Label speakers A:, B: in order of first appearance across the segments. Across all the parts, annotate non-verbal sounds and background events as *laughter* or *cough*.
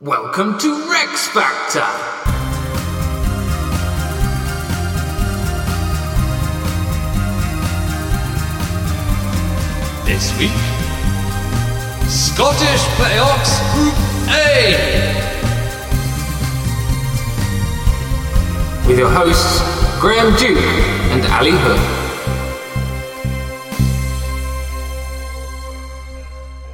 A: Welcome to Rex Factor!
B: This week, Scottish Playoffs Group A.
A: With your hosts, Graham Duke and Ali Hood.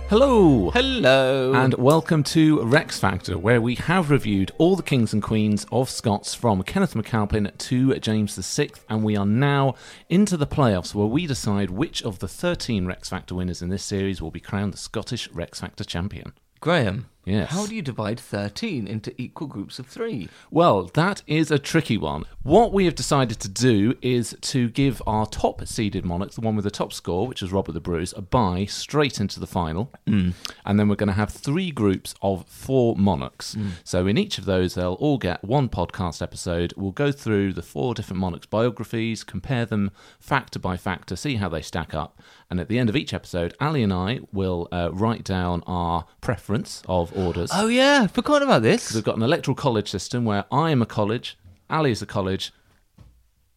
C: Hello.
D: Hello.
C: And welcome to Rex Factor, where we have reviewed all the kings and queens of Scots from Kenneth MacAlpin to James VI, and we are now into the playoffs where we decide which of the 13 Rex Factor winners in this series will be crowned the Scottish Rex Factor champion.
D: Graham.
C: Yes.
D: How do you divide 13 into equal groups of three?
C: Well, that is a tricky one. What we have decided to do is to give our top seeded monarch, the one with the top score, which is Robert the Bruce, a bye straight into the final. And then we're going to have three groups of four monarchs. So in each of those, they'll all get one podcast episode. We'll go through the four different monarchs' biographies, compare them factor by factor, see how they stack up. And at the end of each episode, Ali and I will uh, write down our preference of orders.
D: Oh, yeah. Forgot about this.
C: We've got an electoral college system where I am a college, Ali is a college,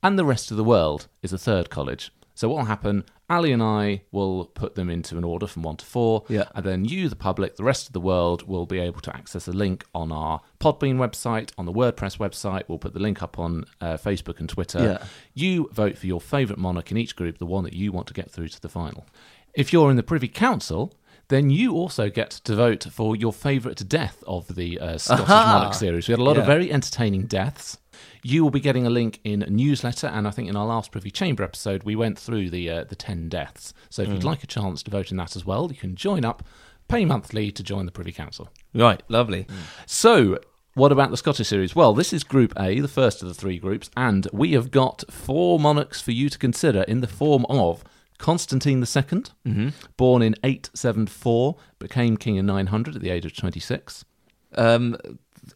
C: and the rest of the world is a third college. So what will happen? Ali and I will put them into an order from one to four,
D: Yeah.
C: and then you, the public, the rest of the world, will be able to access a link on our Podbean website, on the WordPress website. We'll put the link up on uh, Facebook and Twitter.
D: Yeah.
C: You vote for your favourite monarch in each group, the one that you want to get through to the final. If you're in the Privy Council, then you also get to vote for your favourite death of the
D: *laughs*
C: uh, Scottish monarch series. We had a lot of
D: Yeah.
C: very entertaining deaths. You will be getting a link in a newsletter, and I think in our last Privy Chamber episode we went through the uh, the ten deaths. So if
D: Hmm.
C: you'd like a chance to vote in that as well, you can join up, pay monthly to join the Privy Council.
D: Right. Lovely.
C: So, what about the Scottish series? Well, this is Group A, the first of the three groups, and we have got four monarchs for you to consider in the form of Constantine II, Mm-hmm. born in 874, became king in 900 at the age of 26.
D: Um,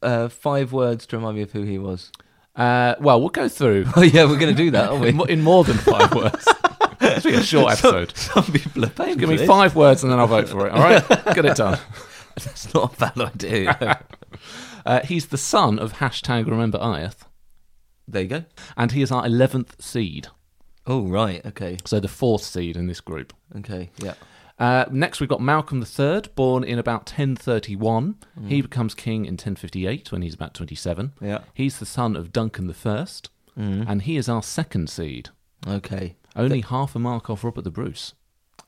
D: uh, five words to remind me of who he was.
C: Uh, well, we'll go through
D: Oh, yeah. We're going to do that, aren't *laughs* we?
C: in, mo- in more than *laughs* five words. It's be a short episode.
D: Some people are paying
C: Give
D: for
C: me
D: this.
C: five words and then I'll vote for it. All *laughs* right, get it done.
D: That's not a bad idea. *laughs*
C: Uh, he's the son of hashtag Remember Iath,
D: there you go.
C: and he is our 11th seed,
D: Oh, right. Okay.
C: so the fourth seed in this group.
D: Okay. Yeah.
C: Uh, next, we've got Malcolm III, born in about 1031. He becomes king in 1058 when he's about 27.
D: Yeah.
C: He's the son of Duncan I, and he is our second seed.
D: Okay.
C: Only half a mark off Robert the Bruce.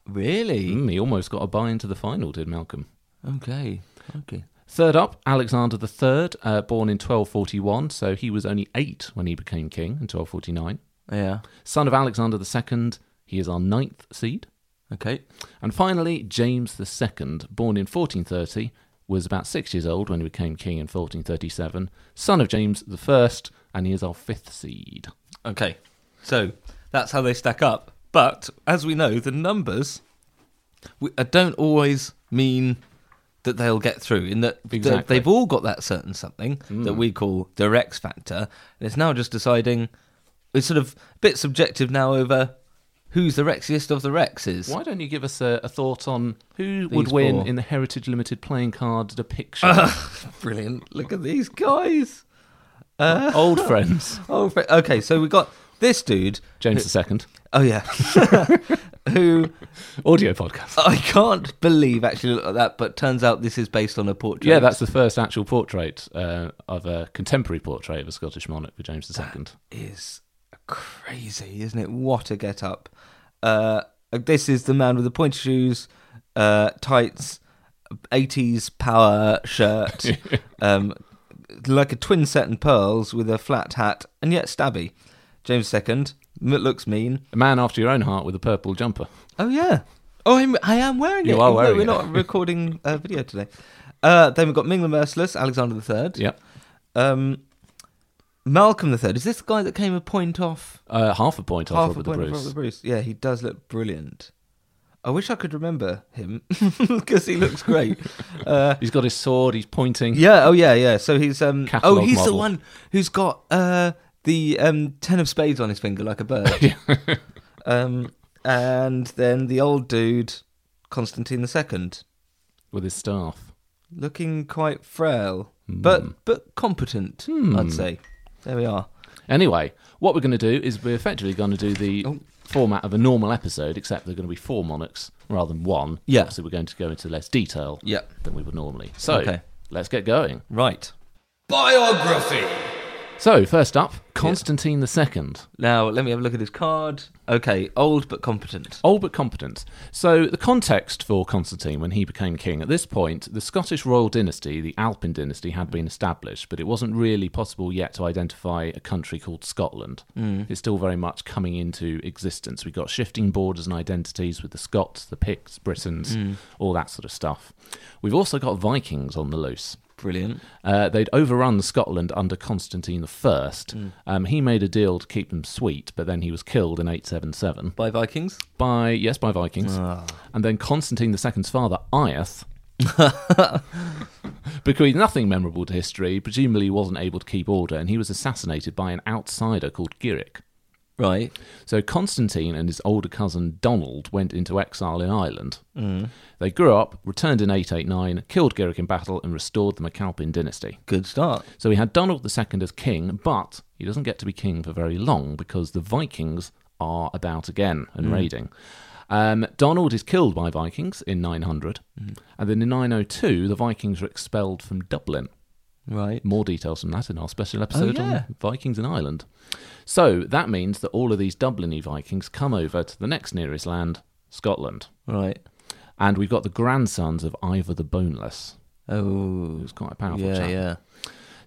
D: Really?
C: Mm, he almost got a buy into the final, did Malcolm.
D: Mm. Okay. Okay.
C: Third up, Alexander III, uh, born in 1241, so he was only eight when he became king in 1249.
D: Yeah.
C: Son of Alexander II, he is our ninth seed.
D: Okay.
C: And finally, James II, born in 1430, was about six years old when he became king in 1437, son of James I, and he is our fifth seed.
D: Okay. So that's how they stack up. But as we know, the numbers we, uh, don't always mean that they'll get through, in that the-
C: Exactly.
D: they've all got that certain something that we call the Rex factor. And it's now just deciding, it's sort of a bit subjective now over who's the Rexiest of the Rexes.
C: Why don't you give us a, a thought on who would
D: These
C: win
D: four.
C: in the Heritage Limited playing card depiction?
D: *laughs*
C: *laughs*
D: Brilliant. Look at these guys.
C: Old friends.
D: Oh, fr- okay. So we got this dude.
C: *laughs* James II.
D: Oh, yeah. *laughs* Who
C: Audio podcast.
D: *laughs* I can't believe actually looked at that, but turns out this is based on a portrait.
C: Yeah, that's the first actual portrait uh, of a contemporary portrait of a Scottish monarch for James II.
D: is crazy, isn't it? What a get up. Uh, this is the man with the pointy shoes, uh, tights, 80s power shirt,
C: *laughs*
D: um, like a twin set and pearls with a flat hat, and yet stabby. James II m- looks mean.
C: A man after your own heart with a purple jumper.
D: Oh, yeah. Oh, I'm, I am wearing
C: You
D: it.
C: are
D: even though
C: wearing
D: We're
C: it. *laughs*
D: not recording a video today. Uh, then we've got Ming the Merciless, Alexander III.
C: Yep.
D: Um, Malcolm III. Is this the guy that came a point off?
C: Uh, half a point off
D: half
C: Robert
D: a point
C: the
D: of
C: Bruce.
D: Robert Bruce. Yeah, he does look brilliant. I wish I could remember him *laughs* because he
C: *laughs*
D: looks great. uh,
C: He's got his sword, he's pointing.
D: yeah. Oh, yeah. Yeah. So he's um. oh,
C: Catalogue
D: he's the
C: model.
D: one who's got uh the um ten of spades on his finger like a
C: *laughs*
D: bird. um, and then the old dude, Constantine the Second.
C: with his staff.
D: looking quite frail,
C: Hmm.
D: but but competent, I'd say. There we are.
C: Anyway, what we're going to do is we're effectively going to do the
D: Oh.
C: format of a normal episode, except there are going to be four monarchs rather than one.
D: Yeah.
C: So we're going to go into less detail
D: Yeah.
C: than we would normally. So
D: Okay.
C: let's get going.
D: Right.
B: Biography.
C: So, first up, Constantine II.
D: Now, let me have a look at his card. Okay, old but competent.
C: Old but competent. So, the context for Constantine when he became king, at this point, the Scottish royal dynasty, the Alpin dynasty, had been established, but it wasn't really possible yet to identify a country called Scotland. It's still very much coming into existence. We've got shifting borders and identities with the Scots, the Picts, Britons, all that sort of stuff. We've also got Vikings on the loose.
D: Brilliant.
C: Uh, they'd overrun Scotland under Constantine I. Um, he made a deal to keep them sweet, but then he was killed in 877
D: By Vikings?
C: by yes by Vikings, and then Constantine II's father Iath. bequeathed nothing memorable to history, presumably wasn't able to keep order, and he was assassinated by an outsider called Giric.
D: Right.
C: So Constantine and his older cousin Donald went into exile in Ireland. They grew up, returned in 889, killed Giric in battle, and restored the MacAlpin dynasty.
D: Good start.
C: So we had Donald II as king, but he doesn't get to be king for very long because the Vikings are about again and
D: Hmm.
C: raiding. Um, Donald is killed by Vikings in 900,
D: Hmm.
C: and then in 902, the Vikings are expelled from Dublin.
D: Right.
C: More details on that in our special episode
D: Oh, yeah.
C: on Vikings in Ireland. So that means that all of these Dubliny Vikings come over to the next nearest land, Scotland.
D: Right.
C: And we've got the grandsons of Ivor the Boneless,
D: Oh.
C: who's quite a powerful
D: Yeah,
C: chap.
D: yeah.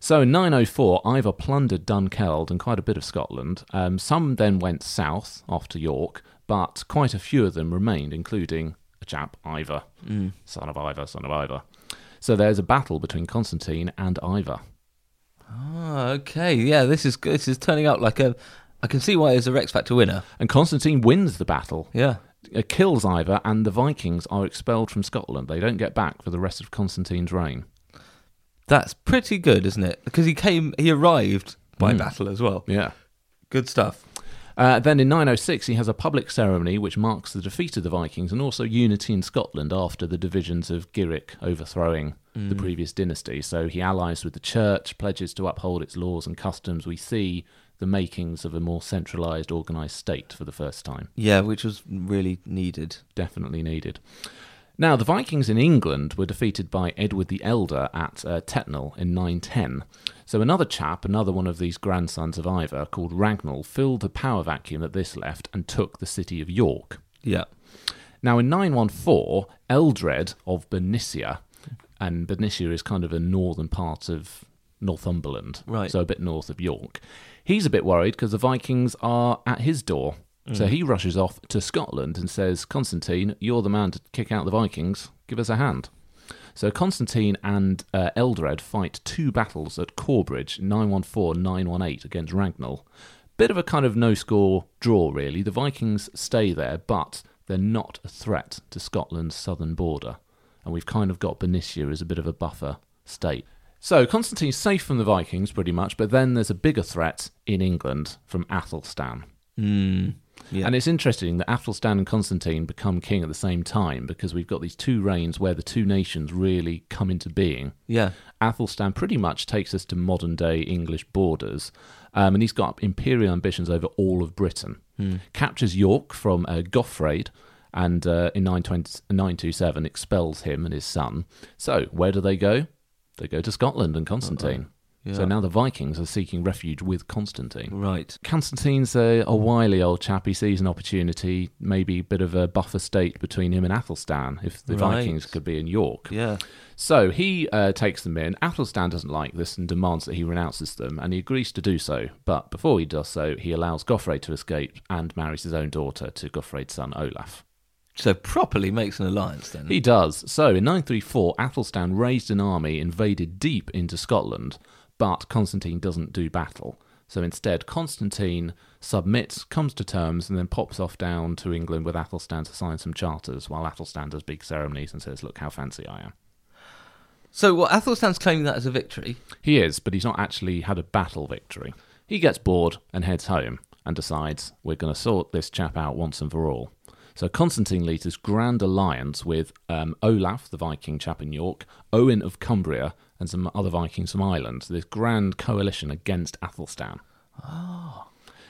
C: So in 904, Ivor plundered Dunkeld and quite a bit of Scotland. Um, some then went south off to York, but quite a few of them remained, including a chap, Ivor. Son of Ivor, son of Ivor. So there's a battle between Constantine and Ivor.
D: Ah, okay. Yeah, this is this is turning out like a. I can see why he's a Rex Factor winner.
C: And Constantine wins the battle,
D: Yeah.
C: uh, kills Ivor, and the Vikings are expelled from Scotland. They don't get back for the rest of Constantine's reign.
D: That's pretty good, isn't it? Because he came, he arrived
C: Hmm.
D: by battle as well.
C: Yeah.
D: Good stuff.
C: Uh, then in 906, he has a public ceremony which marks the defeat of the Vikings and also unity in Scotland after the divisions of Giric overthrowing the previous dynasty. So he allies with the church, pledges to uphold its laws and customs. We see the makings of a more centralised, organised state for the first time.
D: Yeah, which was really needed.
C: Definitely needed. Now, the Vikings in England were defeated by Edward the Elder at uh, Tetnal in 910. So, another chap, another one of these grandsons of Ivor, called Ragnall, filled the power vacuum that this left and took the city of York.
D: Yeah.
C: Now, in 914, Eldred of Bernicia, and Bernicia is kind of a northern part of Northumberland,
D: Right.
C: so a bit north of York, he's a bit worried because the Vikings are at his door. So he rushes off to Scotland and says, Constantine, you're the man to kick out the Vikings. Give us a hand. So Constantine and uh, Eldred fight two battles at Corbridge, 914 918 against Ragnall. Bit of a kind of no score draw, really. The Vikings stay there, but they're not a threat to Scotland's southern border. And we've kind of got Benicia as a bit of a buffer state. So Constantine's safe from the Vikings, pretty much, but then there's a bigger threat in England from Athelstan.
D: Yeah.
C: And it's interesting that Athelstan and Constantine become king at the same time because we've got these two reigns where the two nations really come into being.
D: Yeah.
C: Athelstan pretty much takes us to modern day English borders, um, and he's got imperial ambitions over all of Britain. Captures York from uh, Goffraid, and uh, in 920 927 expels him and his son. So, where do they go? They go to Scotland and Constantine. So now the Vikings are seeking refuge with Constantine.
D: Right.
C: Constantine's a, a wily old chap. He sees an opportunity, maybe a bit of a buffer state between him and Athelstan, if the
D: Right.
C: Vikings could be in York.
D: Yeah.
C: So he uh, takes them in. Athelstan doesn't like this and demands that he renounces them, and he agrees to do so. But before he does so, he allows Goffred to escape and marries his own daughter to Goffred's son Olaf.
D: So properly makes an alliance then.
C: He does. So in 934, Athelstan raised an army, invaded deep into Scotland, but Constantine doesn't do battle. So instead, Constantine submits, comes to terms, and then pops off down to England with Athelstan to sign some charters while Athelstan does big ceremonies and says, Look how fancy I am.
D: so what Athelstan's claiming that as a victory.
C: He is, but he's not actually had a battle victory. He gets bored and heads home and decides, We're going to sort this chap out once and for all. So Constantine Leta's grand alliance with um, Olaf, the Viking chap in York, Owen of Cumbria, and some other Vikings from Ireland. This grand coalition against Athelstan.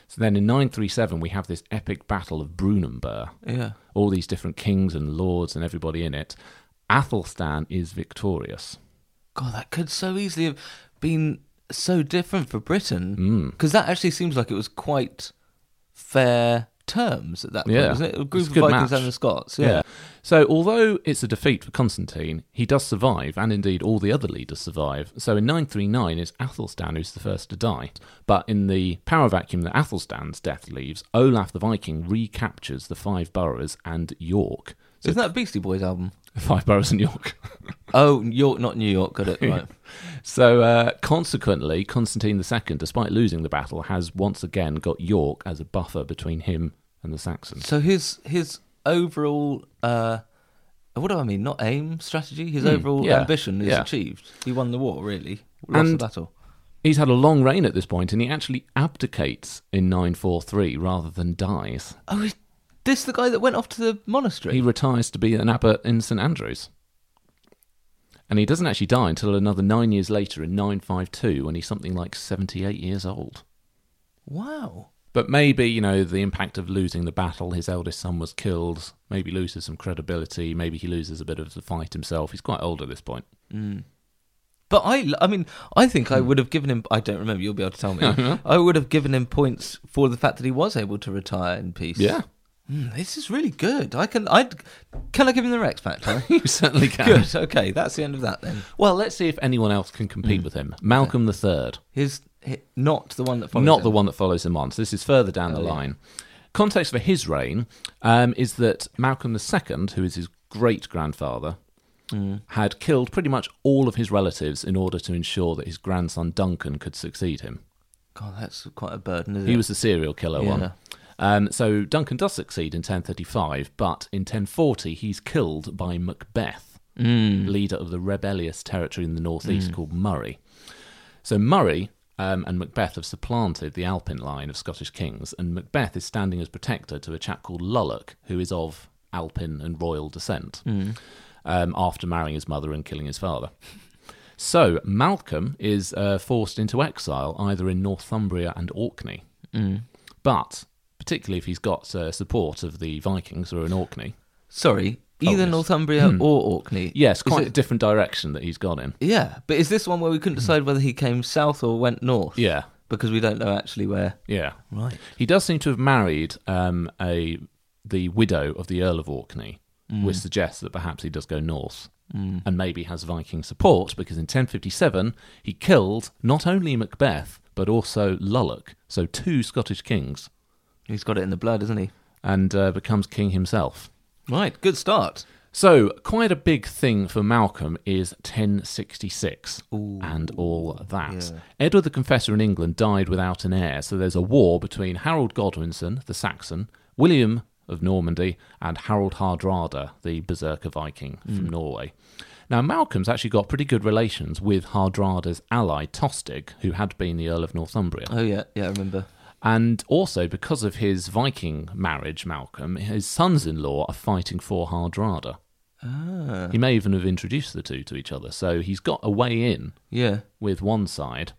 C: So then in 937, we have this epic battle of Brunanburh.
D: Yeah.
C: All these different kings and lords and everybody in it. Athelstan is victorious.
D: God, that could so easily have been so different for Britain
C: Mm.
D: because that actually seems like it was quite fair terms at that point,
C: Yeah.
D: isn't it? A
C: It's
D: group
C: a
D: of
C: good
D: Vikings
C: match.
D: and the Scots. Yeah.
C: So, although it's a defeat for Constantine, he does survive, and indeed all the other leaders survive. So, in 939, it's Athelstan who's the first to die. But in the power vacuum that Athelstan's death leaves, Olaf the Viking recaptures the five boroughs and York. *laughs* So,
D: Isn't that Beastie
C: *laughs*
D: Boys album?
C: five boroughs and York. *laughs*
D: Oh, York, not New York. Got it right.
C: So, uh, consequently, Constantine II, despite losing the battle, has once again got York as a buffer between him and the Saxons.
D: So his his overall uh, what do I mean? Not aim strategy. His overall
C: Hmm, yeah,
D: ambition is
C: yeah.
D: achieved. He won the war. Really, lost
C: And-
D: the battle.
C: He's had a long reign at this point, and he actually abdicates in 943 rather than dies.
D: Oh, is this the guy that went off to the monastery?
C: He retires to be an abbot in St Andrews. And he doesn't actually die until another nine years later in 952 when he's something like 78 years old.
D: wow.
C: But maybe, you know, the impact of losing the battle, his eldest son was killed, maybe loses some credibility, maybe he loses a bit of the fight himself. He's quite old at this point.
D: But I, I mean, I think
C: Hmm.
D: I would have given him. I don't remember. You'll be able
C: *laughs*
D: to tell
C: Uh-huh.
D: me. I would have given him points for the fact that he was able to retire in
C: *laughs*
D: peace.
C: Yeah.
D: Mm, this is really good. I can. I can I give him the Rex Factor?
C: *laughs* You certainly can.
D: good. Okay, that's the end of that then.
C: Well, let's see if anyone else can compete with him. Malcolm the Third.
D: His, hi not the one that follows.
C: not
D: him. Oh,
C: the one that follows him on. So this is further down the line. Context for his reign um, is that Malcolm II, who is his great grandfather,
D: Mm.
C: had killed pretty much all of his relatives in order to ensure that his grandson Duncan could succeed him.
D: God, that's quite a burden. Isn't
C: He
D: it?
C: was the serial killer
D: Yeah.
C: one. Um, so Duncan does succeed in 1035, but in 1040 he's killed by Macbeth, leader of the rebellious territory in the northeast called Murray. So Murray um, and Macbeth have supplanted the Alpin line of Scottish kings, and Macbeth is standing as protector to a chap called Lullock, who is of Alpin and royal descent, um, after marrying his mother and killing his father. So Malcolm is uh, forced into exile either in Northumbria and Orkney, but particularly if he's got uh, support of the Vikings who are in Orkney.
D: Sorry, either
C: yes.
D: Northumbria or Orkney.
C: Hmm. Yes,
D: Is
C: quite a
D: it-
C: different direction that he's gone in.
D: yeah, but is this one where we couldn't decide whether he came south or went north?
C: Hmm. Yeah,
D: because we don't know actually where.
C: yeah.
D: Right.
C: He does seem to have married um, a the widow of the Earl of Orkney,
D: Mm.
C: which suggests that perhaps he does go north and maybe has Viking support because in 1057 he killed not only Macbeth but also Lullock, so two Scottish kings,
D: He's got it in the blood, isn't he?
C: and uh, becomes king himself.
D: Right. Good start.
C: So, quite a big thing for Malcolm is 1066 and all that. Edward the Confessor in England died without an heir, so there's a war between Harold Godwinson, the Saxon, William of Normandy, and Harold Hardrada, the berserker Viking from Norway. Now, Malcolm's actually got pretty good relations with Hardrada's ally, Tostig, who had been the Earl of Northumbria.
D: Oh yeah, yeah, I remember.
C: And also, because of his Viking marriage, Malcolm, his sons in law are fighting for Hardrada. He may even have introduced the two to each other, so he's got a way in
D: Yeah.
C: with one side.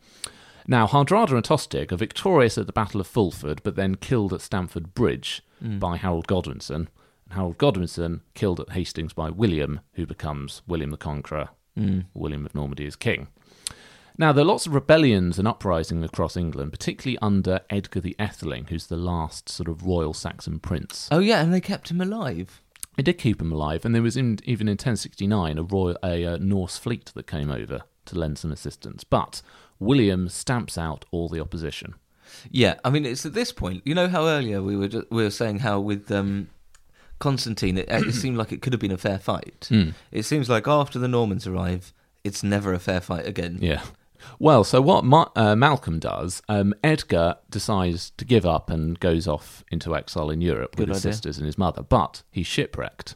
C: Now, Hardrada and Tostig are victorious at the Battle of Fulford, but then killed at Stamford Bridge by Harold Godwinson. And Harold Godwinson killed at Hastings by William, who becomes William the Conqueror. William of Normandy is king. Now, there are lots of rebellions and uprisings across England, particularly under Edgar the Etheling, who's the last sort of royal Saxon prince.
D: Oh yeah, and they kept him alive.
C: It did keep him alive, and there was in, even in 1069 a royal a uh, Norse fleet that came over to lend some assistance. But William stamps out all the opposition.
D: Yeah, I mean, it's at this point. You know how earlier we were ju- we were saying how with um, Constantine, it, it seemed like it could have been a fair fight. It seems like after the Normans arrive, it's never a fair fight again. *laughs*
C: Yeah. Well, so what Ma- uh, Malcolm does, um, Edgar decides to give up and goes off into exile in Europe with
D: Good
C: his
D: idea.
C: sisters and his mother, but he's shipwrecked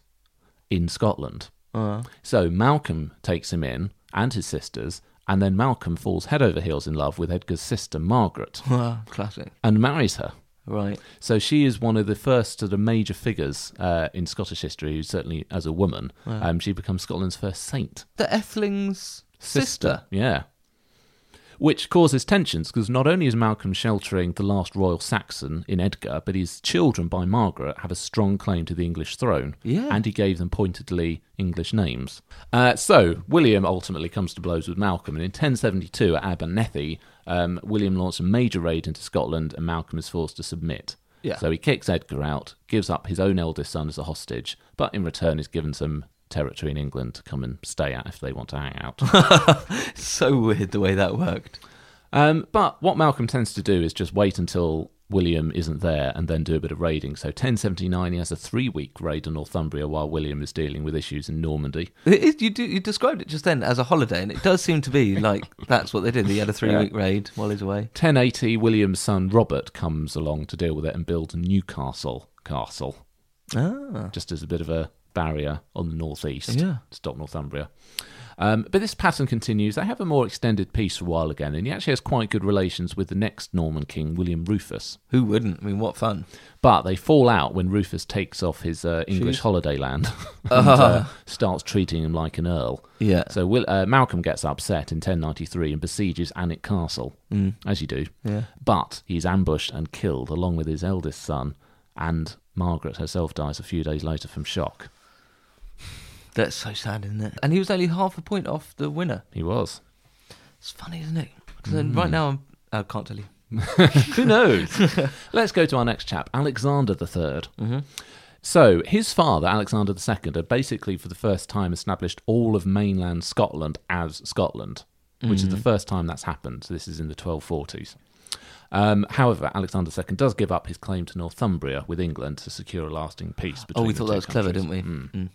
C: in Scotland.
D: Uh-huh.
C: So Malcolm takes him in and his sisters, and then Malcolm falls head over heels in love with Edgar's sister, Margaret,
D: Wow, Ah, classic.
C: and marries her.
D: Right.
C: So she is one of the first sort of major figures uh, in Scottish history, who certainly as a woman, um, she becomes Scotland's first saint.
D: The Etheling's sister.
C: Yeah. Which causes tensions because not only is Malcolm sheltering the last royal Saxon in Edgar, but his children by Margaret have a strong claim to the English throne.
D: Yeah.
C: And he gave them pointedly English names. Uh, so William ultimately comes to blows with Malcolm, and in 1072 at Abernethy, um, William launched a major raid into Scotland, and Malcolm is forced to submit.
D: Yeah.
C: So he kicks Edgar out, gives up his own eldest son as a hostage, but in return is given some territory in England to come and stay at if they want to hang out.
D: So weird the way that worked.
C: Um, but what Malcolm tends to do is just wait until William isn't there and then do a bit of raiding. So 1079, he has a three week raid on Northumbria while William is dealing with issues in Normandy.
D: It is, you do, you described it just then as a holiday, and it does seem to be like that's what they did. They had a three week raid while he's away.
C: 1080, William's son Robert comes along to deal with it and builds Newcastle Castle,
D: Ah,
C: just as a bit of a barrier on the northeast
D: Yeah.
C: to stop Northumbria. Um, but this pattern continues. They have a more extended peace for a while again, and he actually has quite good relations with the next Norman king, William Rufus.
D: who wouldn't? I mean, what fun!
C: But they fall out when Rufus takes off his uh, English
D: Shoes.
C: holiday land *laughs* and uh, starts treating him like an earl.
D: Yeah.
C: So Will, uh, Malcolm gets upset in 1093 and besieges Alnwick Castle, as you do.
D: Yeah.
C: But he's ambushed and killed along with his eldest son, and Margaret herself dies a few days later from shock.
D: That's so sad, isn't it? And he was only half a point off the winner.
C: He was.
D: It's funny, isn't it? 'Cause then
C: Hmm.
D: right now I'm, I can't tell you.
C: *laughs* Who knows? Let's go to our next chap, Alexander III. Mm-hmm. So, his father, Alexander II, had basically for the first time established all of mainland Scotland as Scotland, which
D: Mm-hmm.
C: is the first time that's happened. So this is in the 1240s. Um, however, Alexander II does give up his claim to Northumbria with England to secure a lasting peace
D: Oh,
C: between
D: we
C: the
D: thought
C: two
D: that was clever,
C: countries Hmm.
D: didn't we? Mm.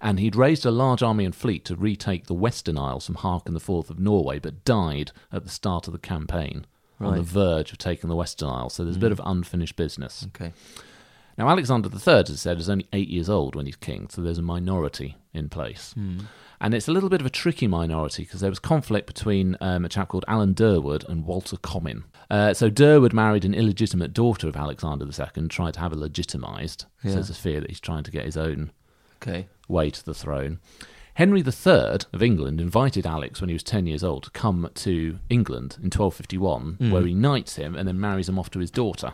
C: and he'd raised a large army and fleet to retake the Western Isles from Harkin IV of Norway, but died at the start of the campaign on the
D: Right. Mm.
C: verge of taking the Western Isles. So there's a bit of unfinished business.
D: Okay.
C: Now, Alexander III, as I said, is only eight years old when he's king, so there's a minority in place.
D: Hmm.
C: And it's a little bit of a tricky minority because there was conflict between um, a chap called Alan Durwood and Walter Comyn. Uh, so Durwood married an illegitimate daughter of Alexander II, tried to have her legitimised. So
D: Yeah.
C: there's a fear that he's trying to get his own
D: Okay.
C: way to the throne. Henry III of England invited Alex when he was 10 years old to come to England in 1251, where he knights him and then marries him off to his daughter.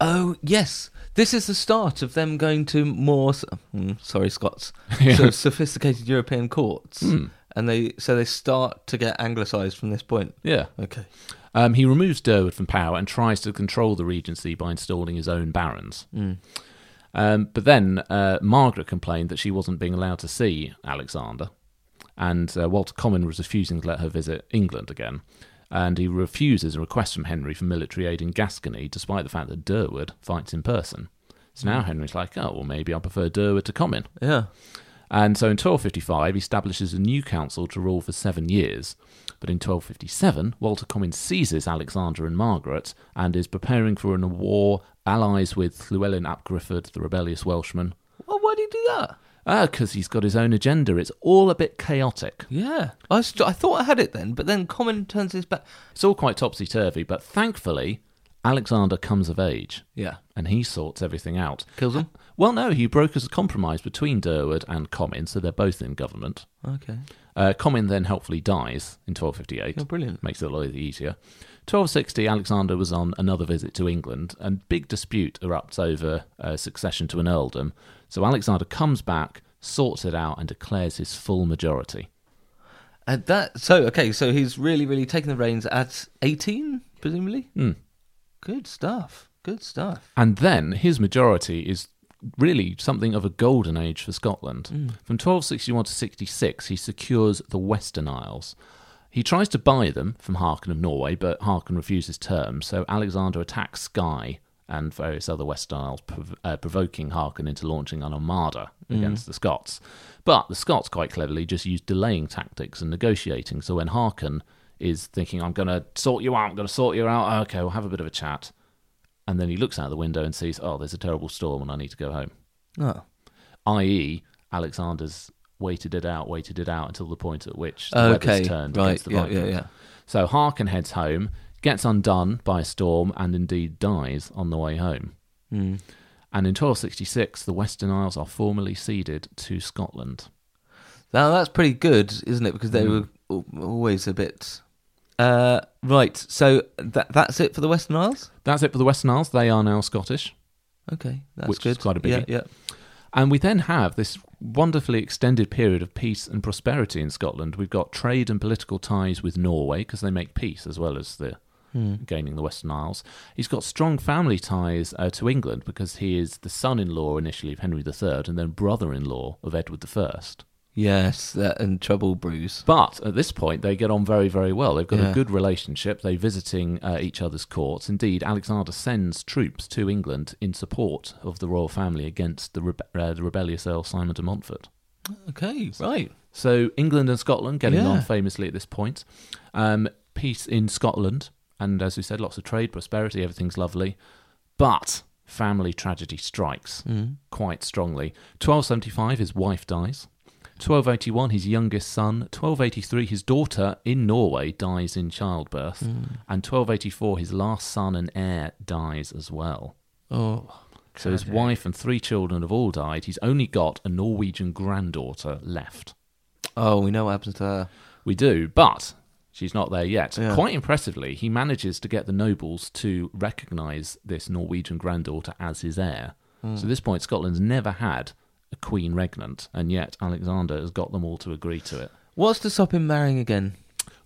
D: Oh yes, this is the start of them going to more. s- mm, sorry,
C: *laughs*
D: Scots. Sort of sophisticated European courts,
C: Hmm.
D: and they so they start to get anglicised from this point.
C: Yeah.
D: Okay.
C: Um, he removes Derwood from power and tries to control the regency by installing his own barons. Um, but then uh, Margaret complained that she wasn't being allowed to see Alexander, and uh, Walter Comyn was refusing to let her visit England again. And he refuses a request from Henry for military aid in Gascony, despite the fact that Derwood fights in person. So now Henry's like, oh, well, maybe I prefer Derwood to Comyn.
D: Yeah.
C: And so in 1255, he establishes a new council to rule for seven years. But in 1257, Walter Comyn seizes Alexander and Margaret and is preparing for an war, allies with Llewellyn ap Griffith, the rebellious Welshman.
D: Well, why do you do that?
C: Ah, because he's got his own agenda. It's all a bit chaotic.
D: Yeah. I, st- I thought I had it then, but then Common turns his back.
C: It's all quite topsy turvy, but thankfully, Alexander comes of age
D: Yeah.
C: and he sorts everything out.
D: Kills
C: *laughs*
D: him.
C: Well, no, he brokers a compromise between Derwood and Comyn, so they're both in government.
D: Okay.
C: Uh, Comyn then helpfully dies in 1258.
D: Oh, brilliant.
C: Makes it a lot easier. 1260, Alexander was on another visit to England, and big dispute erupts over uh, succession to an earldom. So Alexander comes back, sorts it out, and declares his full majority.
D: And that. So okay. So he's really, really taking the reins at eighteen, presumably. Good stuff. Good stuff.
C: And then his majority is really something of a golden age for Scotland. From 1261 to 66, he secures the Western Isles. He tries to buy them from Harkin of Norway, but Harkin refuses terms, so Alexander attacks Skye and various other Western Isles, prov- uh, provoking Harkin into launching an armada against the Scots. But the Scots quite cleverly just use delaying tactics and negotiating, so when Harkin is thinking, I'm going to sort you out, I'm going to sort you out, okay, we'll have a bit of a chat. And then he looks out the window and sees, oh, there's a terrible storm and I need to go home.
D: Oh.
C: I.e., Alexander's waited it out, waited it out until the point at which the
D: Okay.
C: weather's turned
D: right.
C: against the
D: yeah.
C: Vikings.
D: Yeah. Yeah.
C: So Harkin heads home, gets undone by a storm, and indeed dies on the way home.
D: Hmm.
C: And in 1266, the Western Isles are formally ceded to Scotland.
D: Now that's pretty good, isn't it? Because they were al- always a bit. Uh, right, so that that's it for the Western Isles.
C: That's it for the Western Isles. They are now Scottish.
D: Okay, that's
C: Which is
D: good.
C: quite a
D: yeah,
C: biggie.
D: yeah.
C: And we then have this wonderfully extended period of peace and prosperity in Scotland. We've got trade and political ties with Norway because they make peace as well as the gaining the Western Isles. He's got strong family ties uh, to England because he is the son-in-law initially of Henry III and then brother-in-law of Edward I.
D: Yes, that and Trouble Brews.
C: But at this point, they get on very, very well. They've got
D: Yeah.
C: a good relationship. They're visiting uh, each other's courts. Indeed, Alexander sends troops to England in support of the royal family against the, rebe- uh, the rebellious Earl Simon de Montfort.
D: Okay, right.
C: So England and Scotland getting
D: Yeah.
C: on famously at this point. Um, peace in Scotland, and as we said, lots of trade, prosperity, everything's lovely. But family tragedy strikes quite strongly. 1275, his wife dies. 1281, his youngest son. 1283, his daughter in Norway dies in childbirth. And 1284, his last son and heir dies as well.
D: Oh,
C: So his wife and three children have all died. He's only got a Norwegian granddaughter left.
D: oh, we know what happens to her.
C: We do, but she's not there yet.
D: Yeah.
C: Quite impressively, he manages to get the nobles to recognise this Norwegian granddaughter as his heir.
D: Hmm.
C: So at this point, Scotland's never had a queen regnant, and yet Alexander has got them all to agree to it.
D: What's to stop him marrying again?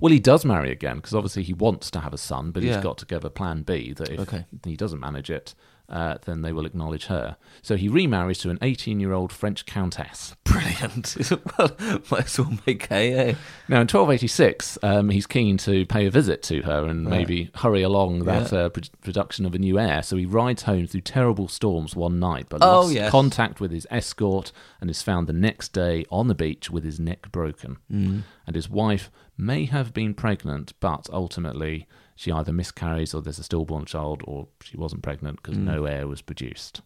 C: Well, he does marry again because obviously he wants to have a son, but
D: Yeah.
C: he's got to give a plan B that if
D: Okay.
C: he doesn't manage it, uh, then they will acknowledge her. So he remarries to an 18 year old French countess.
D: Brilliant. *laughs* well, might as well make hay. Eh?
C: Now, in 1286, um, he's keen to pay a visit to her and maybe hurry along that uh, pr- production of a new heir. So he rides home through terrible storms one night, but
D: Oh,
C: lost
D: yes.
C: contact with his escort and is found the next day on the beach with his neck broken.
D: Mm.
C: And his wife may have been pregnant, but ultimately she either miscarries or there's a stillborn child, or she wasn't pregnant because
D: Mm.
C: no heir was produced.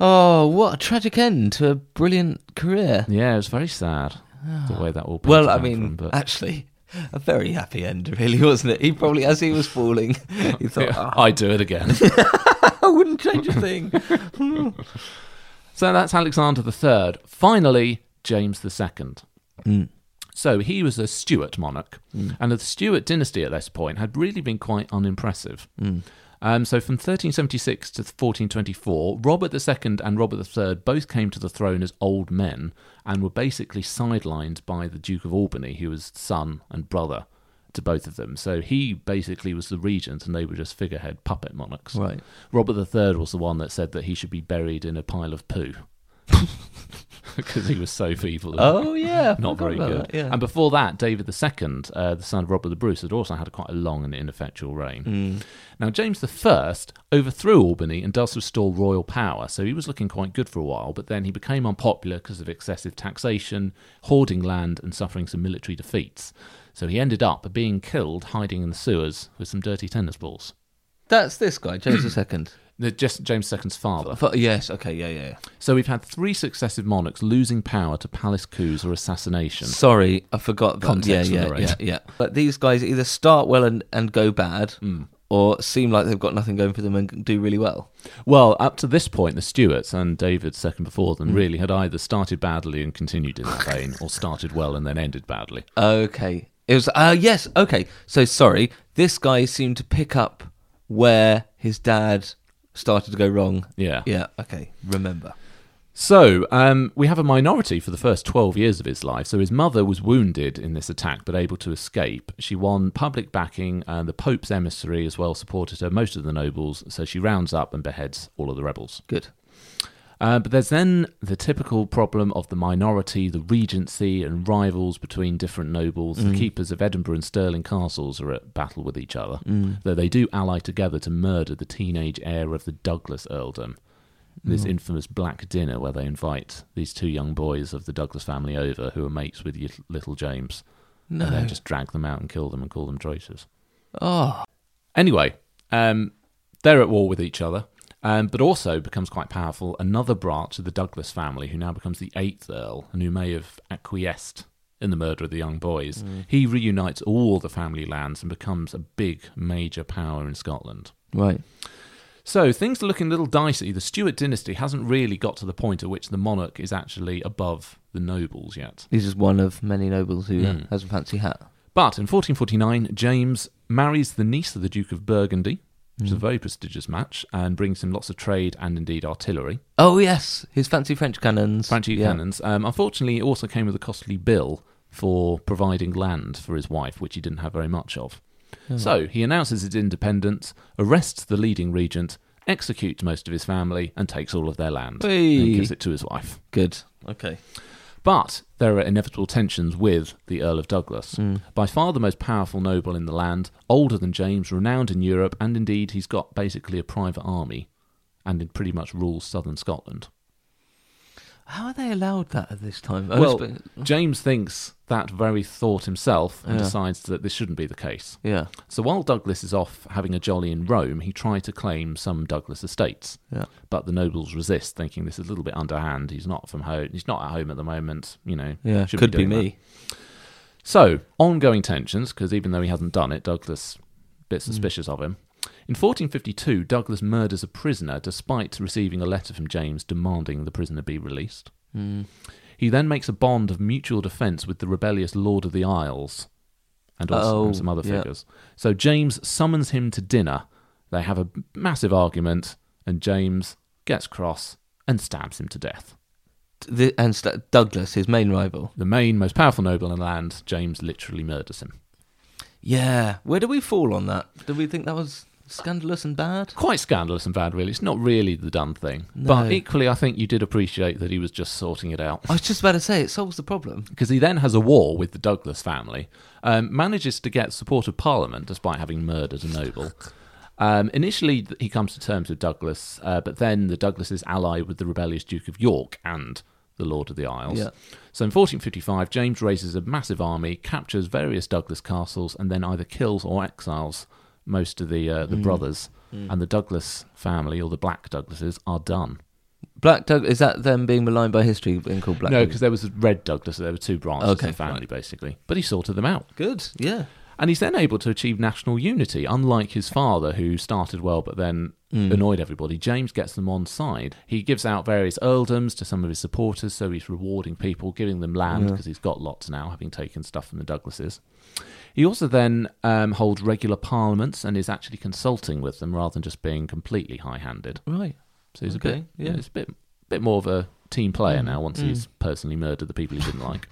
D: Oh, what a tragic end to a brilliant career.
C: Yeah, it's very sad the way that all.
D: Ah. Well,
C: painted
D: I
C: out for him,
D: mean,
C: but-
D: actually, a very happy end, really, wasn't it? He probably, as he
C: *laughs*
D: was falling, he thought,
C: Yeah, *laughs* I do it again.
D: "Oh, I wouldn't change a
C: *laughs*
D: thing.
C: So that's Alexander III. Finally, James II. So he was a Stuart monarch, and the Stuart dynasty at this point had really been quite unimpressive. Um, so from 1376 to 1424, Robert II and Robert III both came to the throne as old men and were basically sidelined by the Duke of Albany, who was son and brother to both of them. So he basically was the regent, and they were just figurehead puppet monarchs.
D: Right.
C: Robert III was the one that said that he should be buried in a pile of
D: *laughs*
C: poo because he was so feeble. and
D: Oh, yeah. I
C: Not
D: forgot
C: very
D: about
C: good.
D: that, yeah.
C: And before that, David II, uh, the son of Robert the Bruce, had also had quite a long and ineffectual reign.
D: Mm.
C: Now, James I overthrew Albany and thus restored royal power, so he was looking quite good for a while, but then he became unpopular because of excessive taxation, hoarding land, and suffering some military defeats. So he ended up being killed hiding in the sewers with some dirty tennis balls.
D: That's this guy,
C: *clears throat*
D: James the Second.
C: The- Just James II's father.
D: Yes. Okay. Yeah. Yeah.
C: So we've had three successive monarchs losing power to palace coups or assassination.
D: Sorry, I forgot. About,
C: Context
D: yeah.
C: of the
D: Yeah. Yeah.
C: race.
D: Yeah. But these guys either start well and, and go bad,
C: Mm.
D: or seem like they've got nothing going for them and do really well.
C: Well, up to this point, the Stuarts and David second before them really had either started badly and continued in that vein, or started well and then ended badly.
D: Okay. It was. Uh, yes. Okay. So sorry. This guy seemed to pick up where his dad started to go wrong.
C: Yeah.
D: Yeah. Okay. Remember.
C: So um, we have a minority for the first 12 years of his life. So his mother was wounded in this attack, but able to escape. She won public backing, and the Pope's emissary as well supported her, most of the nobles. So she rounds up and beheads all of the rebels.
D: Good.
C: Uh, but there's then the typical problem of the minority, the regency, and rivals between different nobles. The keepers of Edinburgh and Stirling castles are at battle with each other, though they do ally together to murder the teenage heir of the Douglas earldom. This infamous black dinner where they invite these two young boys of the Douglas family over who are mates with y- little James. And then just drag them out and kill them and call them traitors.
D: Oh.
C: Anyway, um, they're at war with each other, um, but also becomes quite powerful another branch of the Douglas family, who now becomes the eighth Earl, and who may have acquiesced in the murder of the young boys, he reunites all the family lands and becomes a big major power in Scotland.
D: Right.
C: So things are looking a little dicey. The Stuart dynasty hasn't really got to the point at which the monarch is actually above the nobles yet.
D: He's just one of many nobles who has a fancy hat.
C: But in 1449, James marries the niece of the Duke of Burgundy, which is a
D: Mm.
C: very prestigious match, and brings him lots of trade and indeed artillery.
D: Oh yes, his fancy French cannons.
C: Franchi
D: Yeah.
C: Cannons. Um, unfortunately, it also came with a costly bill for providing land for his wife, which he didn't have very much of.
D: Oh.
C: So he announces his independence, arrests the leading regent, executes most of his family, and takes all of their land
D: Hey.
C: and gives it to his wife.
D: Good. Okay.
C: But there are inevitable tensions with the Earl of Douglas.
D: Mm.
C: By far the most powerful noble in the land, older than James, renowned in Europe, and indeed he's got basically a private army and it pretty much rules southern Scotland.
D: How are they allowed that at this time? Oh, I
C: Well,
D: was-
C: James thinks that very thought himself and
D: Yeah.
C: decides that this shouldn't be the case.
D: yeah,
C: So while Douglas is off having a jolly in Rome, he tried to claim some Douglas estates.
D: yeah.
C: But the nobles resist, thinking this is a little bit underhand. He's not from home. He's not at home at the moment. You know,
D: Yeah,
C: shouldn't
D: could be,
C: doing that.
D: me.
C: So, ongoing tensions, because even though he hasn't done it, Douglas a bit suspicious of him. In 1452, Douglas murders a prisoner despite receiving a letter from James demanding the prisoner be released. He then makes a bond of mutual defence with the rebellious Lord of the Isles and also
D: Oh,
C: and some other
D: yeah.
C: figures. So James summons him to dinner. They have a massive argument, and James gets cross and stabs him to death.
D: The, and St- Douglas, his main rival.
C: The main, most powerful noble in the land, James literally murders him.
D: Yeah. Where do we fall on that? Do we think that was scandalous and bad?
C: quite scandalous and bad, really. It's not really the done thing. But
D: No.
C: equally, I think you did appreciate that he was just sorting it out.
D: I was just about to say it solves the problem.
C: Because he then has a war with the Douglas family, um, manages to get support of Parliament despite having murdered a *laughs* noble. Um, initially, th- he comes to terms with Douglas, uh, but then the Douglas is allied with the rebellious Duke of York and the Lord of the Isles.
D: Yeah.
C: So in 1455, James raises a massive army, captures various Douglas castles, and then either kills or exiles most of the uh, the brothers. And the Douglas family, or the Black Douglases, are done.
D: Black Doug is that them being maligned by history being called Black?
C: No,
D: Doug-
C: because there was a Red Douglas, so there were two branches
D: Okay,
C: of the family, basically. But he sorted them out.
D: good. Yeah.
C: And he's then able to achieve national unity, unlike his father, who started well but then annoyed everybody. James gets them on side. He gives out various earldoms to some of his supporters, so he's rewarding people, giving them land because he's got lots now, having taken stuff from the Douglases. He also then um, holds regular parliaments and is actually consulting with them rather than just being completely high handed.
D: Right.
C: So he's a
D: Okay,
C: bit, yeah,
D: yeah.
C: he's a bit, bit more of a team player now. Once he's personally murdered the people he didn't like,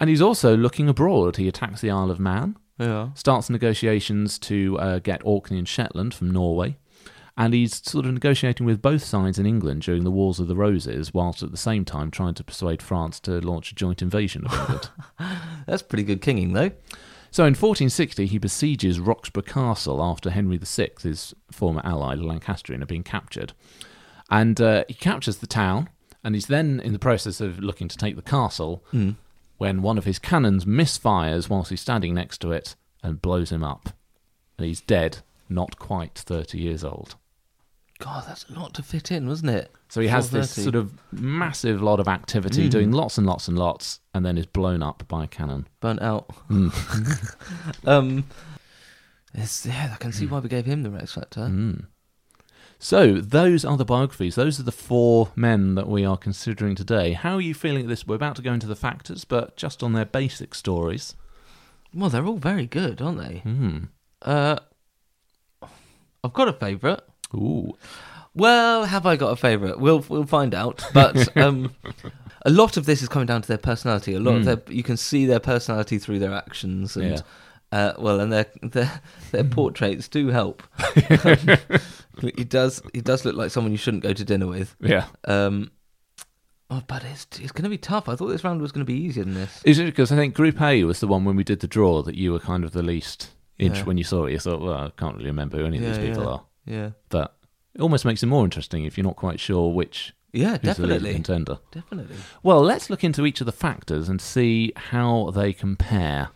C: and he's also looking abroad. He attacks the Isle of Man,
D: Yeah.
C: starts negotiations to uh, get Orkney and Shetland from Norway, and he's sort of negotiating with both sides in England during the Wars of the Roses, whilst at the same time trying to persuade France to launch a joint invasion of England.
D: That's pretty good kinging though.
C: So in 1460, he besieges Roxburgh Castle after Henry VI, his former ally, the Lancastrian, had been captured. And uh, he captures the town, and he's then in the process of looking to take the castle when one of his cannons misfires whilst he's standing next to it and blows him up. And he's dead, not quite 30 years old.
D: God, that's a lot to fit in, wasn't it?
C: So he has this
D: 430.
C: sort of massive lot of activity, doing lots and lots and lots, and then is blown up by a cannon.
D: burnt out. *laughs* um, it's, yeah, I can see why we gave him the Rex Factor.
C: Hmm. So those are the biographies. Those are the four men that we are considering today. How are you feeling at this? We're about to go into the factors, but just on their basic stories.
D: Well, they're all very good, aren't they?
C: Hmm.
D: Uh, I've got a favourite.
C: Ooh,
D: Well, have I got a favourite? We'll we'll find out.
C: *laughs*
D: But um, a lot of this is coming down to their personality. A lot of their you can see their personality through their actions and.
C: Hmm. Yeah. Hmm.
D: Uh, well, and their their their portraits do
C: *laughs*
D: help. he does he does look like someone you shouldn't go to dinner with.
C: yeah.
D: Um, oh, but it's it's going to be tough. I thought this round was going to be easier than this.
C: Is it because I think Group A was the one when we did the draw that you were kind of the least inch
D: Yeah.
C: when you saw it? You thought, well, I can't really remember who any of these people
D: yeah.
C: are,
D: Yeah,
C: but it almost makes it more interesting if you're not quite sure which
D: yeah,
C: who's the leading
D: definitely,
C: contender.
D: definitely.
C: Well, let's look into each of the factors and see how they compare,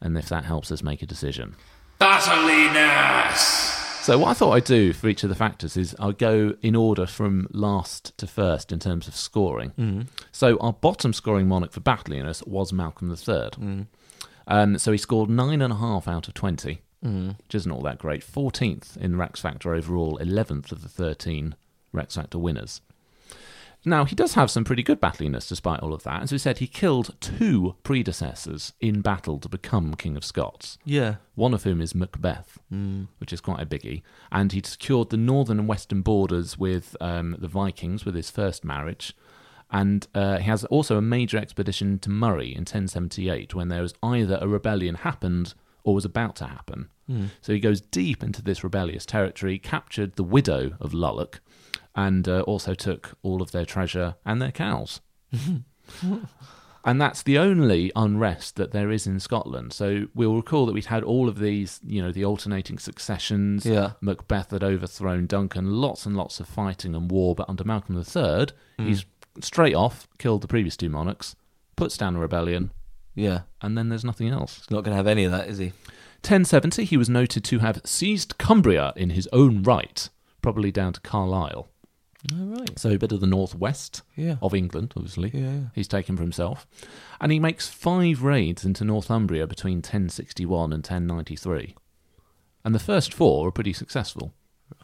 C: and if that helps us make a decision.
A: Battliness!
C: So what I thought I'd do for each of the factors is I'll go in order from last to first in terms of scoring. So our bottom scoring monarch for Battleanus was Malcolm III. Um, so he scored nine and a half out of twenty, which isn't all that great. Fourteenth in Rex Factor overall, eleventh of the thirteen Rex Factor winners. Now, he does have some pretty good battliness despite all of that. As we said, he killed two predecessors in battle to become King of Scots,
D: Yeah.
C: one of whom is Macbeth, which is quite a biggie. And he secured the northern and western borders with um, the Vikings with his first marriage. And uh, he has also a major expedition to Murray in 1078 when there was either a rebellion happened or was about to happen. So he goes deep into this rebellious territory, captured the widow of Lullock, and uh, also took all of their treasure and their cows. And that's the only unrest that there is in Scotland. So we'll recall that we'd had all of these, you know, the alternating successions.
D: Yeah.
C: Macbeth had overthrown Duncan, lots and lots of fighting and war. But under Malcolm III, he's straight off killed the previous two monarchs, puts down a rebellion,
D: Yeah.
C: and then there's nothing else.
D: He's not going to have any of that, is he?
C: 1070, he was noted to have seized Cumbria in his own right, probably down to Carlisle.
D: All right.
C: So a bit of the northwest
D: Yeah.
C: of England, obviously.
D: Yeah, yeah.
C: He's taken for himself. And he makes five raids into Northumbria between 1061 and 1093. And the first four are pretty successful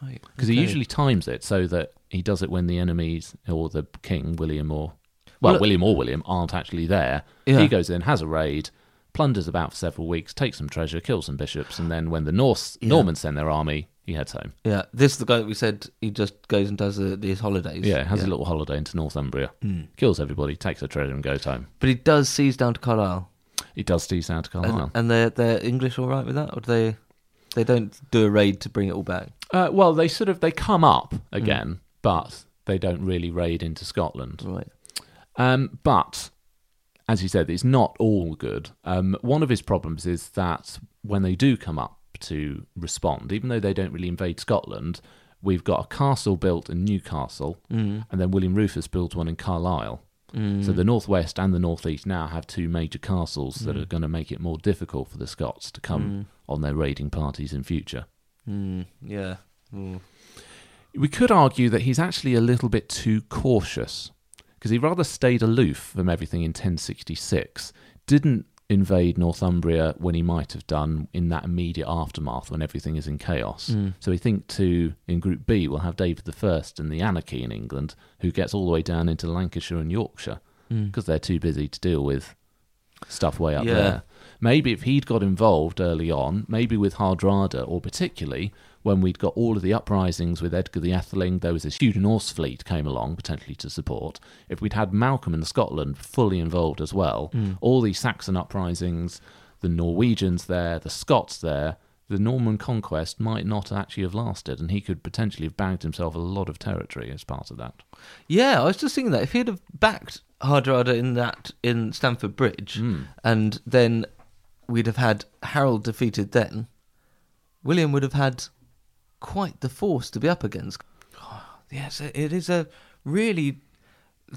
D: Right.
C: because he
D: Okay.
C: usually times it so that he does it when the enemies or the king, William or. Well,
D: Well,
C: William or William aren't actually there.
D: Yeah.
C: He goes in, has a raid, plunders about for several weeks, takes some treasure, kills some bishops, and then when the Norse Normans send their army, he heads home.
D: Yeah. This is the guy that we said he just goes and does the, these holidays.
C: Yeah, has a little holiday into Northumbria,
D: Hmm.
C: kills everybody, takes the treasure, and goes home.
D: But he does seize down to Carlisle.
C: He does seize out to
D: And,
C: Carlisle.
D: and they're, they're English all right with that? Or do they, they don't do a raid to bring it all back?
C: Uh, well, they sort of they come up again, but they don't really raid into Scotland.
D: Right.
C: Um, but as you said, it's not all good. Um, one of his problems is that when they do come up to respond, even though they don't really invade Scotland, we've got a castle built in Newcastle, and then William Rufus built one in Carlisle. So the northwest and the northeast now have two major castles that are going to make it more difficult for the Scots to come on their raiding parties in future.
D: Hmm, Yeah. Mm.
C: We could argue that he's actually a little bit too cautious because he rather stayed aloof from everything in 1066, didn't invade Northumbria when he might have done in that immediate aftermath when everything is in chaos. So we think too in Group B we'll have David I and the anarchy in England who gets all the way down into Lancashire and Yorkshire because they're too busy to deal with stuff way up
D: Yeah.
C: there. Maybe if he'd got involved early on, maybe with Hardrada, or particularly when we'd got all of the uprisings with Edgar the Atheling, there was this huge Norse fleet came along potentially to support. If we'd had Malcolm and Scotland fully involved as well, all these Saxon uprisings, the Norwegians there, the Scots there, the Norman conquest might not actually have lasted, and he could potentially have bagged himself a lot of territory as part of that.
D: Yeah, I was just thinking that if he'd have backed Hardrada in that in Stamford Bridge, and then we'd have had Harold defeated, then William would have had quite the force to be up against. *sighs* yes, it is a really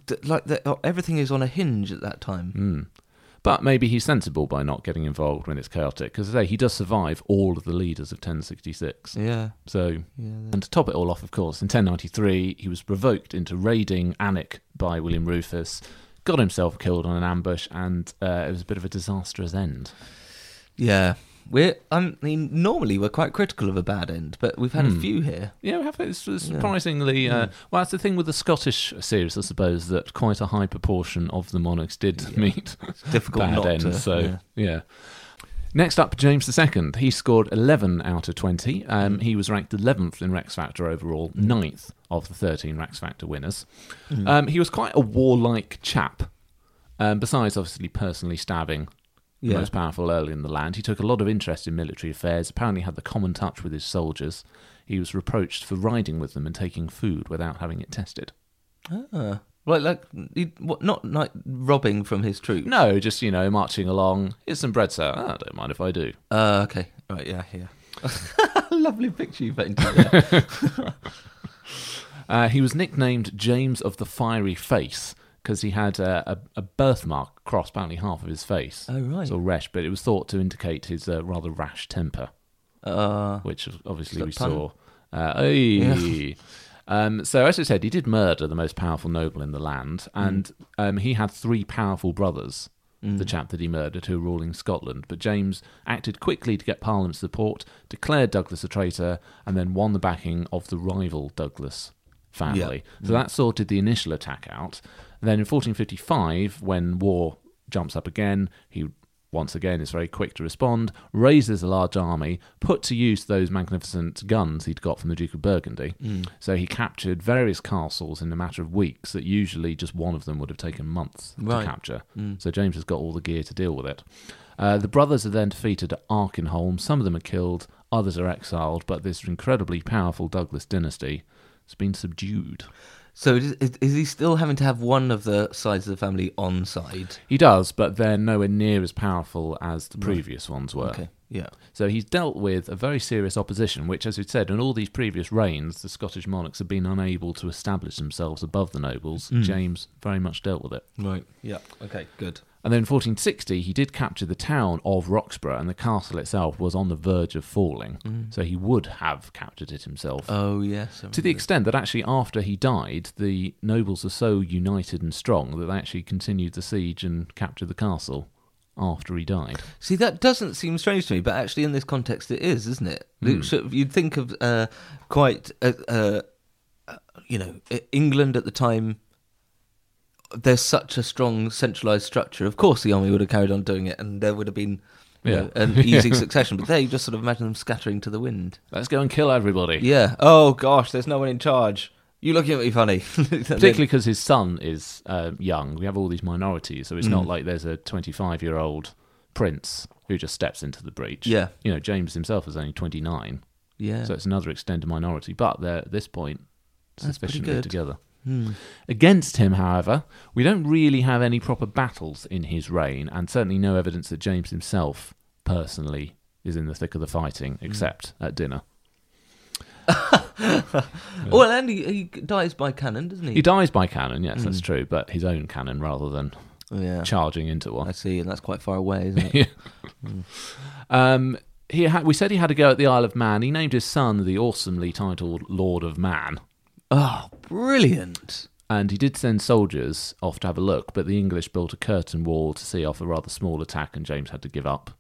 D: th- like the, uh, everything is on a hinge at that time.
C: Hmm. But maybe he's sensible by not getting involved when it's chaotic, because say he does survive all of the leaders of 1066.
D: Mm. Yeah,
C: So,
D: yeah,
C: and to top it all off, of course, in 1093 he was provoked into raiding Alnwick by William Rufus, got himself killed on an ambush, and uh, it was a bit of a disastrous end.
D: yeah. We're I mean normally we're quite critical of a bad end, but we've had a few here.
C: Yeah, we have it's it's surprisingly uh, well. That's the thing with the Scottish series, I suppose, that quite a high proportion of the monarchs did meet
D: *laughs* difficult
C: bad
D: not
C: ends.
D: to,
C: so
D: yeah.
C: yeah. Next up, James II. He scored 11 out of 20.
D: Mm.
C: Um, he was ranked 11th in Rex Factor overall, 9th of the 13 Rex Factor winners.
D: Mm.
C: Um, he was quite a warlike chap. Um, besides, obviously, personally stabbing the
D: Yeah.
C: most powerful early in the land, he took a lot of interest in military affairs, apparently had the common touch with his soldiers. He was reproached for riding with them and taking food without having it tested.
D: Ah, right, like he, what, not like robbing from his troops.
C: No, just, you know, marching along. Here's some bread, sir. "Ah, I don't mind if I do.
D: Uh, okay. Right, yeah, yeah. *laughs* Lovely picture you painted there.
C: Uh, he was nicknamed James of the Fiery Face because he had uh, a, a birthmark across apparently half of his face.
D: Oh, right.
C: It's all rash, but it was thought to indicate his uh, rather rash temper.
D: Uh,
C: which obviously we
D: Is that
C: saw. Uh, ay. *laughs* Um, so, as I said, he did murder the most powerful noble in the land,
D: Mm.
C: and um, he had three powerful brothers, the chap that he murdered, who were ruling Scotland. But James acted quickly to get Parliament support, declared Douglas a traitor, and then won the backing of the rival Douglas family. So that sorted the initial attack out. Then in 1455, when war jumps up again, he once again is very quick to respond, raises a large army, put to use those magnificent guns he'd got from the Duke of Burgundy. So he captured various castles in a matter of weeks that usually just one of them would have taken months
D: Right.
C: to capture. So James has got all the gear to deal with it. Uh, the brothers are then defeated at Arkenholm. Some of them are killed, others are exiled, but this incredibly powerful Douglas dynasty has been subdued.
D: so is, is, is he still having to have one of the sides of the family on side?
C: He does, but they're nowhere near as powerful as the previous ones were.
D: Okay. Yeah.
C: So he's dealt with a very serious opposition, which, as we said, in all these previous reigns, the Scottish monarchs have been unable to establish themselves above the nobles. James very much dealt with it.
D: Right. Yeah. Okay. Good.
C: And then in 1460, he did capture the town of Roxburgh, and the castle itself was on the verge of falling. So he would have captured it himself.
D: Mm. Oh yes.
C: to
D: I
C: the
D: remember.
C: extent that actually, after he died, the nobles are so united and strong that they actually continued the siege and captured the castle after he died.
D: See, that doesn't seem strange to me, but actually, in this context, it is, isn't it?
C: Hmm.
D: You sort of- You'd think of uh, quite, uh, uh, you know, E- England at the time. There's such a strong centralized structure. Of course, the army would have carried on doing it, and there would have been you
C: Yeah.
D: know,
C: *laughs*
D: an easy succession. But there, you just sort of imagine them scattering to the wind.
C: Let's go and kill everybody.
D: Yeah. Oh gosh, there's no one in charge. You looking at me funny? *laughs*
C: particularly because his son is uh, young. We have all these minorities, so it's
D: Mm.
C: not like there's a 25 year old prince who just steps into the breach.
D: Yeah.
C: you know, James himself is only 29,
D: yeah.
C: so it's another extended minority. But they're at this point
D: pretty
C: sufficiently
D: good. Hmm.
C: together. Against him, however, we don't really have any proper battles in his reign, and certainly no evidence that James himself personally is in the thick of the
D: Hmm.
C: fighting, except at dinner.
D: Well, and he, he dies by cannon, doesn't he?
C: He dies by cannon, yes,
D: Hmm.
C: that's true, but his own cannon rather than
D: yeah.
C: charging into one.
D: I see, and that's quite far away, isn't it?
C: Um, he had, we said he had a go at the Isle of Man. He named his son the awesomely titled Lord of Man.
D: Oh, brilliant.
C: And he did send soldiers off to have a look, but the English built a curtain wall to see off a rather small attack, and James had to give up.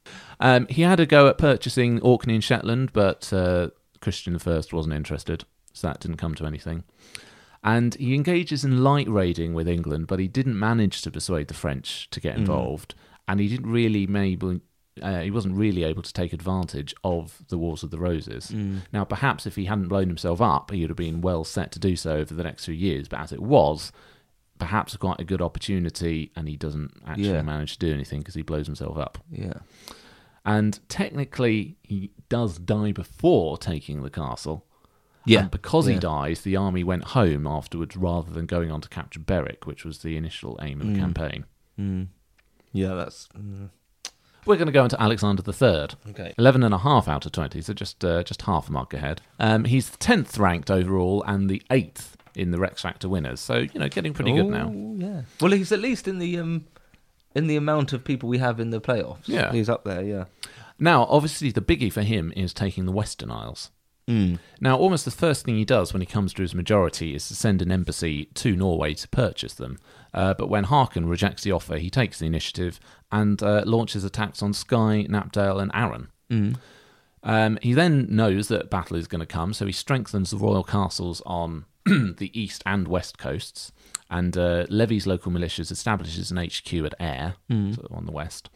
C: Um, he had a go at purchasing Orkney and Shetland, but uh, Christian I wasn't interested, so that didn't come to anything. And he engages in light raiding with England, but he didn't manage to persuade the French to get involved, and he didn't really maybe. Uh, he wasn't really able to take advantage of the Wars of the Roses. Now, perhaps if he hadn't blown himself up, he would have been well set to do so over the next few years. But as it was, perhaps quite a good opportunity, and he doesn't actually
D: Yeah.
C: manage to do anything because he blows himself up.
D: Yeah.
C: And technically, he does die before taking the castle.
D: Yeah.
C: And because he
D: Yeah.
C: dies, the army went home afterwards rather than going on to capture Berwick, which was the initial aim
D: Hmm.
C: of the campaign.
D: Yeah, that's. mm,
C: We're going to go into Alexander III.
D: Okay.
C: 11 and a half out of 20, so just, uh, just half a mark ahead. Um, he's 10th ranked overall and the 8th in the Rex Factor winners. So, you know, getting pretty good now.
D: Oh, Yeah. Well, he's at least in the um, in the amount of people we have in the playoffs.
C: Yeah.
D: He's up there. Yeah.
C: Now, obviously, the biggie for him is taking the Western Isles. Now, almost the first thing he does when he comes to his majority is to send an embassy to Norway to purchase them. Uh, but when Harkin rejects the offer, he takes the initiative and uh, launches attacks on Skye, Napdale, and Arran. Um, he then knows that battle is going to come, so he strengthens the royal castles on *clears throat* the east and west coasts and uh, levies local militias, establishes an HQ at Ayr so on the west.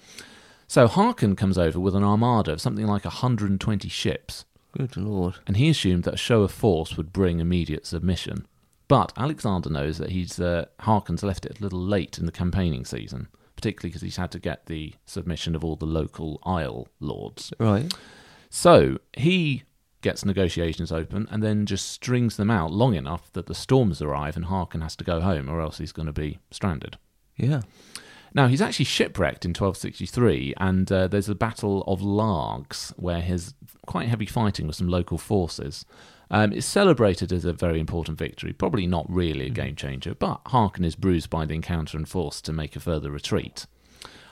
C: So Harkin comes over with an armada of something like 120 ships,
D: Good lord.
C: and he assumed that a show of force would bring immediate submission. But Alexander knows that he's uh, Harkin's left it a little late in the campaigning season, particularly because he's had to get the submission of all the local Isle lords.
D: Right.
C: So he gets negotiations open and then just strings them out long enough that the storms arrive and Harkin has to go home, or else he's going to be stranded.
D: Yeah.
C: Now, he's actually shipwrecked in 1263, and uh, there's a battle of Largs where his quite heavy fighting with some local forces. Um, it's celebrated as a very important victory, probably not really a game changer, but Harkin is bruised by the encounter and forced to make a further retreat.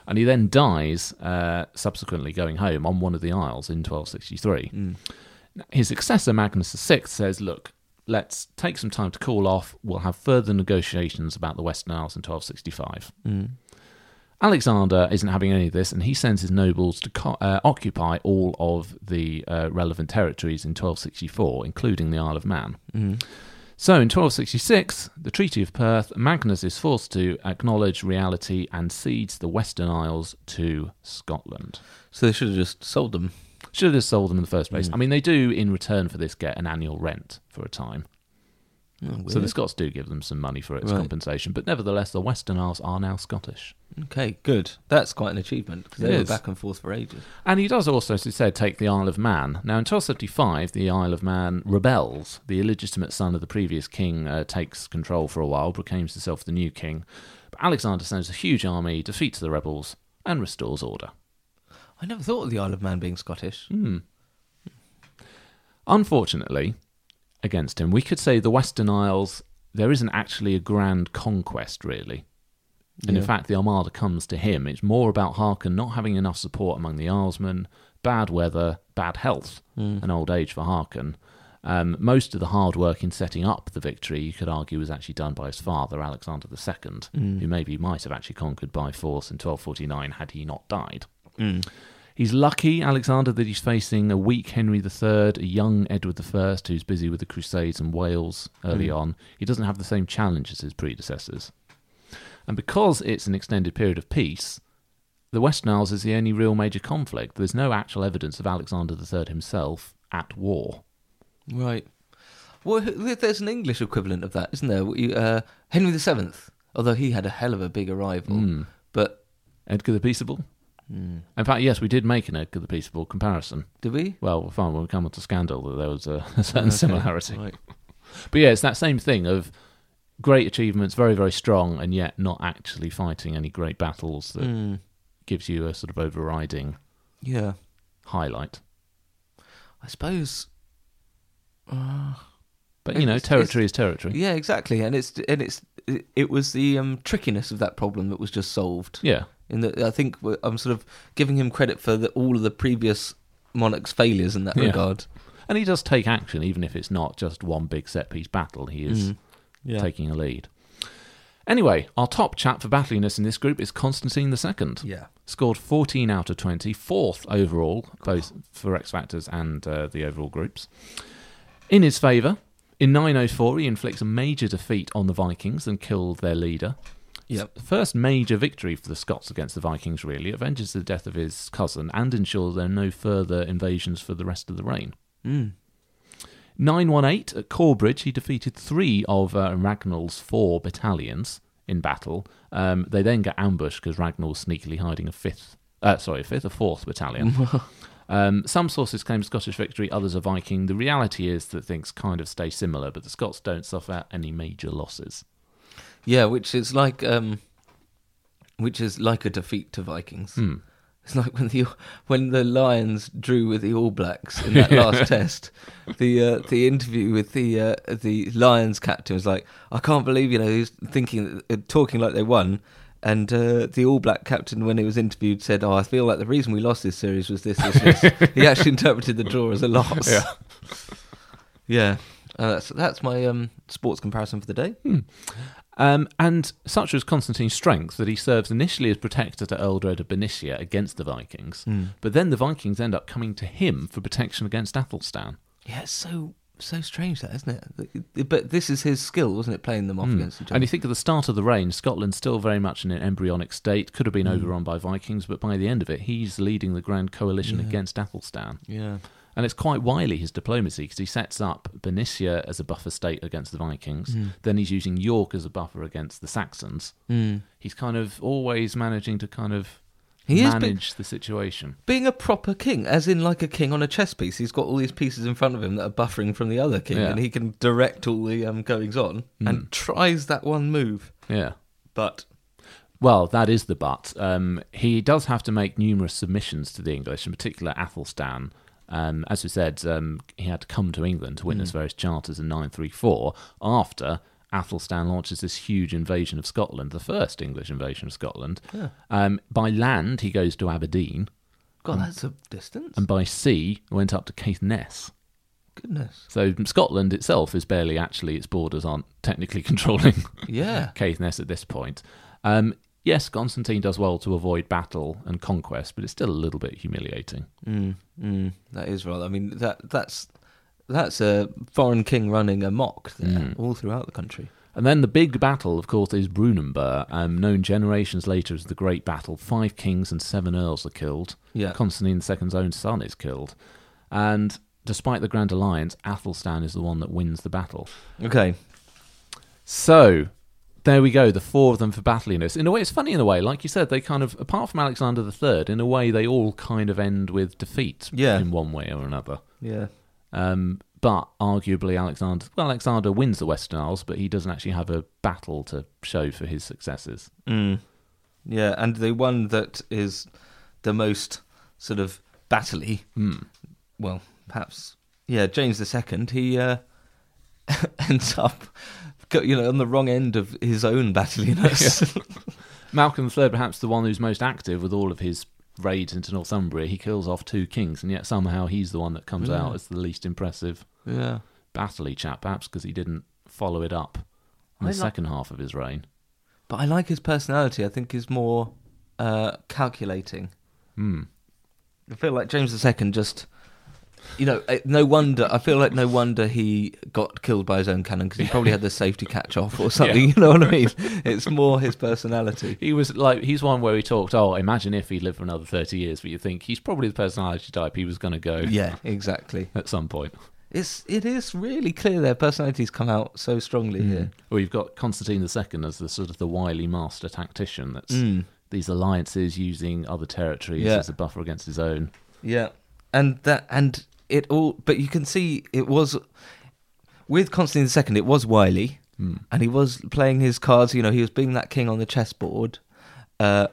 C: and he then dies uh, subsequently going home on one of the Isles in 1263. His successor, Magnus VI, says, Look, let's take some time to cool off. We'll have further negotiations about the Western Isles in 1265. Alexander isn't having any of this, and he sends his nobles to co- uh, occupy all of the uh, relevant territories in 1264, including the Isle of Man. So in 1266, the Treaty of Perth, Magnus is forced to acknowledge reality and cedes the Western Isles to Scotland.
D: So they should have just sold them.
C: Should have sold them in the first place. I mean, they do, in return for this, get an annual rent for a time.
D: Oh,
C: So the Scots do give them some money for its
D: Right.
C: compensation, but nevertheless, the Western Isles are now Scottish.
D: Okay, good. That's quite an achievement because
C: It
D: they were
C: is.
D: back and forth for ages.
C: And he does also, as he said, take the Isle of Man. Now, in 1275, the Isle of Man rebels. The illegitimate son of the previous king uh, takes control for a while, proclaims himself the new king. But Alexander sends a huge army, defeats the rebels, and restores order.
D: I never thought of the Isle of Man being Scottish.
C: Hmm. Unfortunately, against him, we could say the Western Isles, there isn't actually a grand conquest, really. And in fact, the Armada comes to him. It's more about Harkon not having enough support among the Islesmen, bad weather, bad health, and old age for Harkon. Um, most of the hard work in setting up the victory, you could argue, was actually done by his father, Alexander II, who maybe might have actually conquered by force in 1249 had he not died. He's lucky, Alexander, that he's facing a weak Henry III, a young Edward I, who's busy with the Crusades and Wales early on. He doesn't have the same challenge as his predecessors. And because it's an extended period of peace, the Western Isles is the only real major conflict. There's no actual evidence of Alexander III himself at war.
D: Right. Well, who- there's an English equivalent of that, isn't there? What you- Uh, Henry VII, although he had a hell of a big arrival,
C: Hmm.
D: but
C: Edgar the Peaceable? In fact, yes, we did make an Edgar the Peaceable comparison.
D: did we?
C: Well, we'll find when we come on to Scandal that there was a, *laughs* a certain similarity.
D: Right.
C: But yeah, it's that same thing of great achievements, very, very strong, and yet not actually fighting any great battles that gives you a sort of overriding
D: Yeah.
C: highlight.
D: I suppose.
C: But you know,
D: It's-
C: territory is territory.
D: Yeah, exactly. And it's and it's it, it was the um, trickiness of that problem that was just solved.
C: Yeah.
D: In that, I think we're- I'm sort of giving him credit for the, all of the previous monarchs' failures in that
C: Yeah.
D: regard.
C: And he does take action, even if it's not just one big set piece battle. He is taking a lead. Anyway, our top chap for battliness in this group is Constantine II.
D: Yeah.
C: Scored 14 out of 20, fourth overall, both for X Factors and uh, the overall groups. In his favour, in 904, he inflicts a major defeat on the Vikings and killed their leader.
D: Yep.
C: First major victory for the Scots against the Vikings, really, avenges the death of his cousin and ensures there are no further invasions for the rest of the reign.
D: Mm.
C: 918 at Corbridge, he defeated three of uh, Ragnall's four battalions in battle. Um, they then get ambushed because Ragnall's sneakily hiding a fifth, uh, sorry, a fifth, a fourth battalion. um, some sources claim Scottish victory, others are Viking. The reality is that things kind of stay similar, but the Scots don't suffer any major losses.
D: Yeah, which is like um, which is like a defeat to Vikings. It's like when the when the Lions drew with the All Blacks in that last test. The uh, the interview with the uh, the Lions captain was like, I can't believe you know he's thinking uh, talking like they won. And uh, the All Black captain, when he was interviewed, said, "Oh, I feel like the reason we lost this series was this, this, this." he actually interpreted the draw as a loss. Yeah, yeah. Uh, that's that's my um, sports comparison for the day.
C: Um, and such was Constantine's strength that he serves initially as protector to Ealdred of Benicia against the Vikings,
D: Hmm.
C: but then the Vikings end up coming to him for protection against Athelstan.
D: Yeah, it's so so strange that, isn't it? Th- But this is his skill, wasn't it? Playing them off against each other.
C: Hmm. And you think at the start of the reign, Scotland's still very much in an embryonic state, could have
D: Hmm.
C: been overrun by Vikings, but by the end of it, he's leading the grand coalition against Athelstan.
D: yeah,
C: And it's quite wily, his diplomacy, because he sets up Benicia as a buffer state against the Vikings.
D: Hmm.
C: Then he's using York as a buffer against the Saxons.
D: Hmm.
C: He's kind of always managing to kind of
D: He is big-
C: manage the situation.
D: being a proper king, as in like a king on a chess piece. He's got all these pieces in front of him that are buffering from the other king,
C: Yeah. Hmm.
D: and he can direct all the um, goings on. And tries that one move,
C: Yeah.
D: but
C: Well, that is the but. Um, he does have to make numerous submissions to the English, in particular Athelstan. Um, as we said, um, he had to come to England to witness various charters in 934 after Athelstan launches this huge invasion of Scotland, the first English invasion of Scotland. Um, by land, he goes to Aberdeen, Hmm.
D: God, that's a distance.
C: and by sea, went up to Caithness.
D: Goodness.
C: So Scotland itself is barely actually its borders aren't technically *laughs* controlling
D: Yeah.
C: Caithness at this point. Um, yes, Constantine does well to avoid battle and conquest, but it's still a little bit humiliating.
D: Mm, that is rather. I mean, that that's that's a foreign king running amok there
C: Hmm.
D: all throughout the country.
C: And then the big battle, of course, is Brunanburh, um, known generations later as the Great Battle. Five kings and seven earls are killed.
D: Yeah.
C: Constantine II's own son is killed. And despite the Grand Alliance, Athelstan is the one that wins the battle.
D: Okay.
C: So there we go, the four of them for battliness. In a way, it's funny in a way. Like you said, they kind of, apart from Alexander III, in a way, they all kind of end with defeat
D: Yeah.
C: in one way or another.
D: Yeah.
C: Um, but arguably, Alexander well, Alexander wins the Western Isles, but he doesn't actually have a battle to show for his successes.
D: Mm. Yeah, and the one that is the most sort of battly,
C: Hmm.
D: well, perhaps, yeah, James II, he uh, *laughs* ends up, go- you know, on the wrong end of his own battliness.
C: Malcolm III, perhaps the one who's most active with all of his raids into Northumbria, he kills off two kings, and yet somehow he's the one that comes out as the least impressive
D: *laughs* *laughs* Yeah.
C: battley chap, perhaps because he didn't follow it up in the
D: I like-
C: second half of his reign.
D: But I like his personality. I think he's more uh, calculating.
C: Hmm.
D: I feel like James II just, you know, eh, no wonder. I feel like no wonder he got killed by his own cannon because he probably had the safety catch off or something. *laughs* You know what I mean? It's more
C: *laughs*
D: his personality.
C: He was like, he's one where he talked, oh, imagine if he lived for another 30 years, but you think he's probably the personality type he was going to go
D: Yeah, exactly.
C: at some point.
D: It's it is really clear their personalities come out so strongly here.
C: Well, you've got Constantine II as the sort of the wily master tactician. That's these alliances using other territories
D: Hmm. Yeah.
C: as a buffer against his own.
D: Yeah, and that and it all. But you can see it was with Constantine II. It was wily, and he was playing his cards. You know, he was being that king on the chessboard. Uh,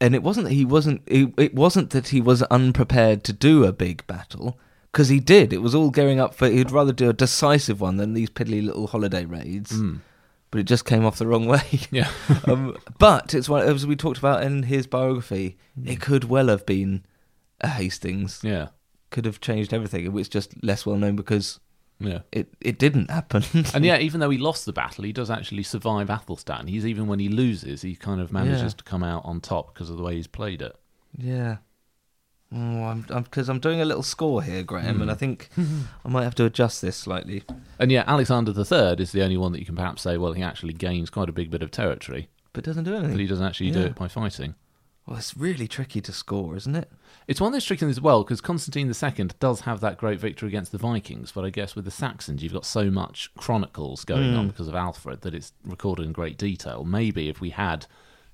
D: and it wasn't that he wasn't. It, it wasn't that he was unprepared to do a big battle because he did. It was all gearing up for. He'd rather do a decisive one than these piddly little holiday raids. But it just came off the wrong *laughs* way.
C: Yeah.
D: um, but it's one as we talked about in his biography.
C: Hmm.
D: It could well have been a Hastings.
C: Yeah.
D: Could have changed everything. It was just less well known because
C: Yeah.
D: it it didn't happen.
C: And yeah, even though he lost the battle, he does actually survive Athelstan. He's even when he loses, he kind of manages
D: Yeah.
C: to come out on top because of the way he's played it.
D: *laughs* yeah. Oh, I'm because I'm, doing a little score here, Graham,
C: Hmm.
D: and
C: *laughs*
D: I think I might have to adjust this slightly.
C: And yeah, Alexander III is the only one that you can perhaps say, well, he actually gains quite a big bit of territory,
D: But it doesn't do
C: but he
D: anything.
C: doesn't actually do
D: Yeah.
C: it by fighting.
D: Well, it's really tricky to score, isn't it?
C: It's one that's tricky as well because Constantine II does have that great victory against the Vikings, but I guess with the Saxons, you've got so much chronicles going
D: Hmm.
C: on because of Alfred that it's recorded in great detail. Maybe if we had,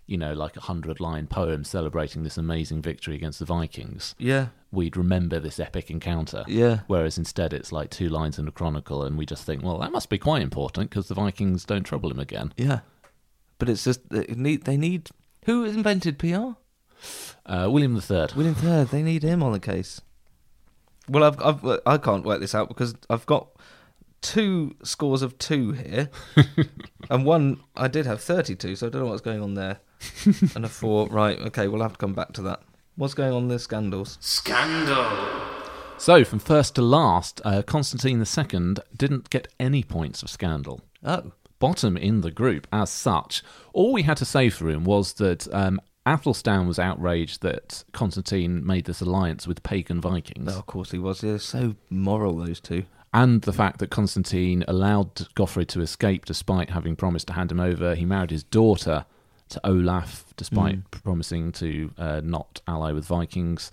C: you know, like a hundred line poem celebrating this amazing victory against the Vikings,
D: Yeah.
C: we'd remember this epic encounter.
D: Yeah.
C: Whereas instead, it's like two lines in a chronicle, and we just think, well, that must be quite important because the Vikings don't trouble him again.
D: Yeah. But it's just it need, they need who invented PR?
C: Uh, William III.
D: William III, they need him on the case. Well, I've, I've I can't work this out because I've got two scores of two
C: *laughs*
D: here, and one I did have thirty-two, so I don't know what's going
C: *laughs*
D: on there. and a four, right? Okay, we'll have to come back to that. What's going on in the scandals?
A: Scandal.
C: So, from first to last, uh, Constantine II didn't get any points of scandal.
D: Oh,
C: bottom in the group as such. All we had to say for him was that um, Athelstan was outraged that Constantine made this alliance with pagan Vikings,
D: no, of course he was. They're so moral, those two.
C: and the fact that Constantine allowed Goffrey to escape despite having promised to hand him over. He married his daughter to Olaf despite promising to uh, not ally with Vikings.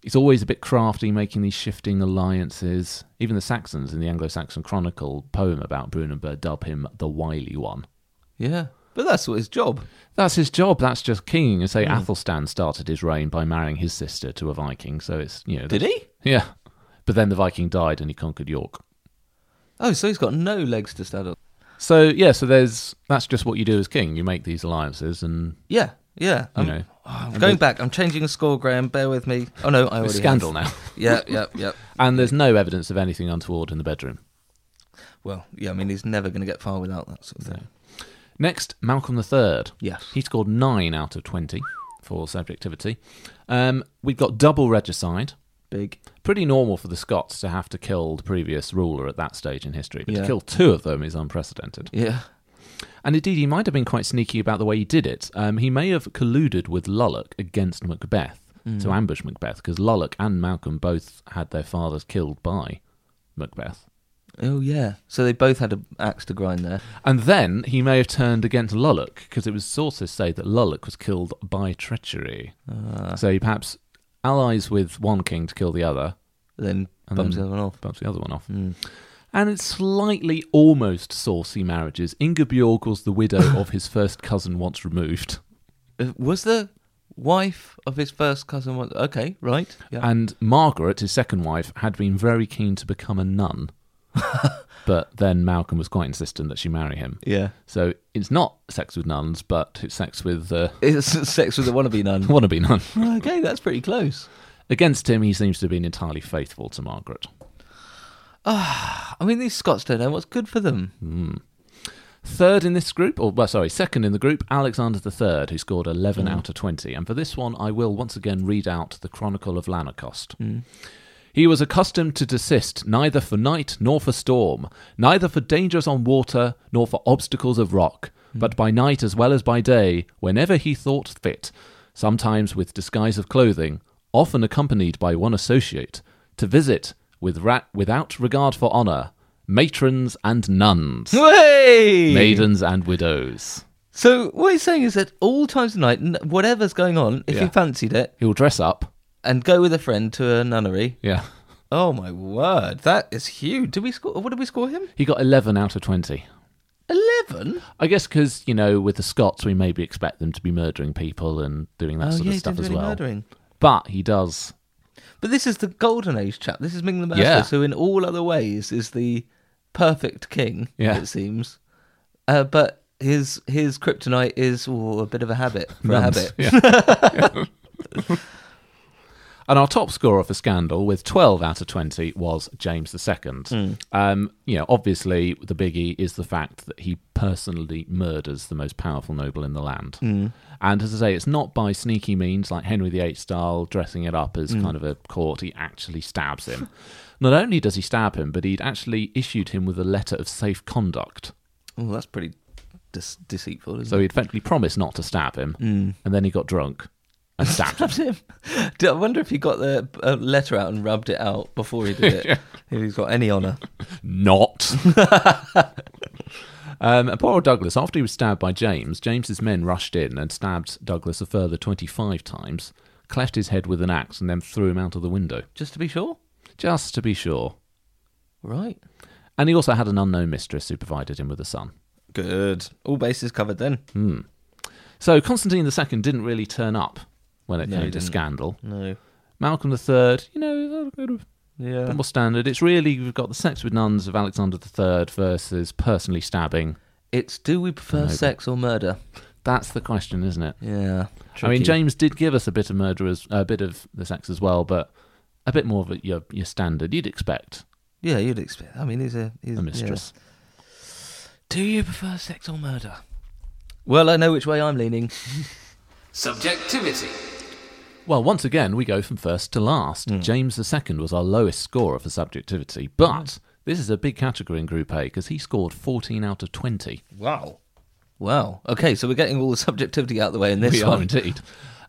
C: He's always a bit crafty, making these shifting alliances. Even the Saxons in the Anglo-Saxon Chronicle poem about Brunanburh dub him the wily one.
D: Yeah, but that's what his job.
C: That's his job. That's just king. And say Athelstan started his reign by marrying his sister to a Viking. So it's you know.
D: Did he?
C: he? Yeah. But then the Viking died and he conquered York.
D: Oh, so he's got no legs to stand on.
C: So yeah. So there's that's just what you do as king. You make these alliances and
D: Yeah, yeah. I'm, oh,
C: know.
D: I'm going back. I'm changing the score, Graham. Bear with me. Oh no, I already
C: scandal
D: have.
C: now. *laughs*
D: Yeah, yeah, yeah.
C: And there's no evidence of anything untoward in the bedroom.
D: Well, yeah, I mean, he's never going to get far without that sort of thing.
C: Next, Malcolm the Third.
D: Yes.
C: he scored nine out of twenty for subjectivity. Um, we've got double regicide.
D: Big.
C: Pretty normal for the Scots to have to kill the previous ruler at that stage in history, but to
D: Yeah.
C: kill two of them is unprecedented.
D: Yeah.
C: And indeed, he might have been quite sneaky about the way he did it. Um, he may have colluded with Lullock against Macbeth to ambush Macbeth, because Lullock and Malcolm both had their fathers killed by Macbeth.
D: Oh, yeah. So they both had an axe to grind there.
C: And then he may have turned against Lullock because it was sources say that Lullock was killed by treachery.
D: uh,
C: so he perhaps allies with one king to kill the other,
D: Then bumps the other one off. Hmm.
C: bumps the other one off. And it's slightly almost saucy marriages. Ingeborg was the widow of his first cousin once removed,
D: Uh, Was the wife of his first cousin one? Okay, right. Yeah.
C: and Margaret, his second wife, had been very keen to become a nun. but then Malcolm was quite insistent that she marry him.
D: yeah.
C: So it's not sex with nuns, but it's sex with uh, *laughs*
D: It's *laughs* sex with a wannabe nun.
C: wannabe nun.
D: okay, that's pretty close.
C: Against him, he seems to have been entirely faithful to Margaret.
D: I mean, these Scots don't know what's good for them.
C: Third in this group, or well, sorry, second in the group, Alexander III, who scored 11 out of 20. And for this one, I will once again read out the Chronicle of Lanacost. He was accustomed to desist neither for night nor for storm, neither for dangers on water nor for obstacles of rock, but by night as well as by day, whenever he thought fit, sometimes with disguise of clothing, often accompanied by one associate, to visit with ra- without regard for honour, matrons and nuns.
D: Way!
C: maidens and widows.
D: So what he's saying is that all times of night, n- whatever's going on, if
C: Yeah.
D: he fancied it,
C: He'll dress up.
D: and go with a friend to a nunnery.
C: Yeah.
D: Oh my word, that is huge. Did we score? What did we score him?
C: He got 11 out of 20.
D: Eleven.
C: I guess because, you know, with the Scots, we maybe expect them to be murdering people and doing that
D: Oh
C: sort
D: yeah,
C: of
D: he
C: stuff
D: did
C: as
D: really
C: well.
D: murdering.
C: But he does.
D: But this is the golden age chap. This is Ming the Merciless,
C: Yeah.
D: who in all other ways is the perfect king.
C: Yeah.
D: it seems. Uh, but his his kryptonite is ooh, a bit of a habit for a
C: Nuns.
D: *laughs* habit.
C: Yeah. and our top scorer for Scandal with 12 out of 20 was James II. Um, you know, obviously, the biggie is the fact that he personally murders the most powerful noble in the land. And as I say, it's not by sneaky means like Henry VIII style, dressing it up as kind of a court. He actually stabs him. *laughs* Not only does he stab him, but he'd actually issued him with a letter of safe conduct.
D: Oh, that's pretty dis- deceitful, isn't
C: So he effectively promised not to stab him, and then he got drunk and stabbed him.
D: it? *laughs* Him. I wonder if he got the uh, letter out and rubbed it out before
C: *laughs*
D: he did it. If he's got any honour. *laughs*
C: Not. *laughs* um, and poor old Douglas, after he was stabbed by James, James's men rushed in and stabbed Douglas a further 25 times, cleft his head with an axe, and then threw him out of the window,
D: Just to be sure.
C: just to be sure.
D: Right.
C: And he also had an unknown mistress who provided him with a son. Hmm.
D: Good. All bases covered then.
C: So Constantine II didn't really turn up when it
D: No,
C: came
D: he
C: to
D: didn't.
C: scandal.
D: No.
C: Malcolm III, you know, kind of
D: Yeah.
C: double standard. It's really, we've got the sex with nuns of Alexander III versus personally stabbing.
D: It's do we prefer
C: Maybe.
D: sex or murder?
C: That's the question, isn't it?
D: Yeah.
C: I mean,
D: Tricky.
C: James did give us a bit of murderers, a bit of the sex as well, but a bit more of a, your your standard you'd expect
D: Yeah, you'd expect. I mean, he's a he's
C: a
D: yeah.
C: mistress.
D: Do you prefer sex or murder? Well, I know which way I'm leaning.
A: Subjectivity.
C: Well, once again, we go from first to last. James II was our lowest scorer for subjectivity, but this is a big category in Group A because he scored 14 out of 20.
D: Wow. Wow. Okay, so we're getting all the *laughs* subjectivity out of the way in this
C: We
D: one.
C: are indeed.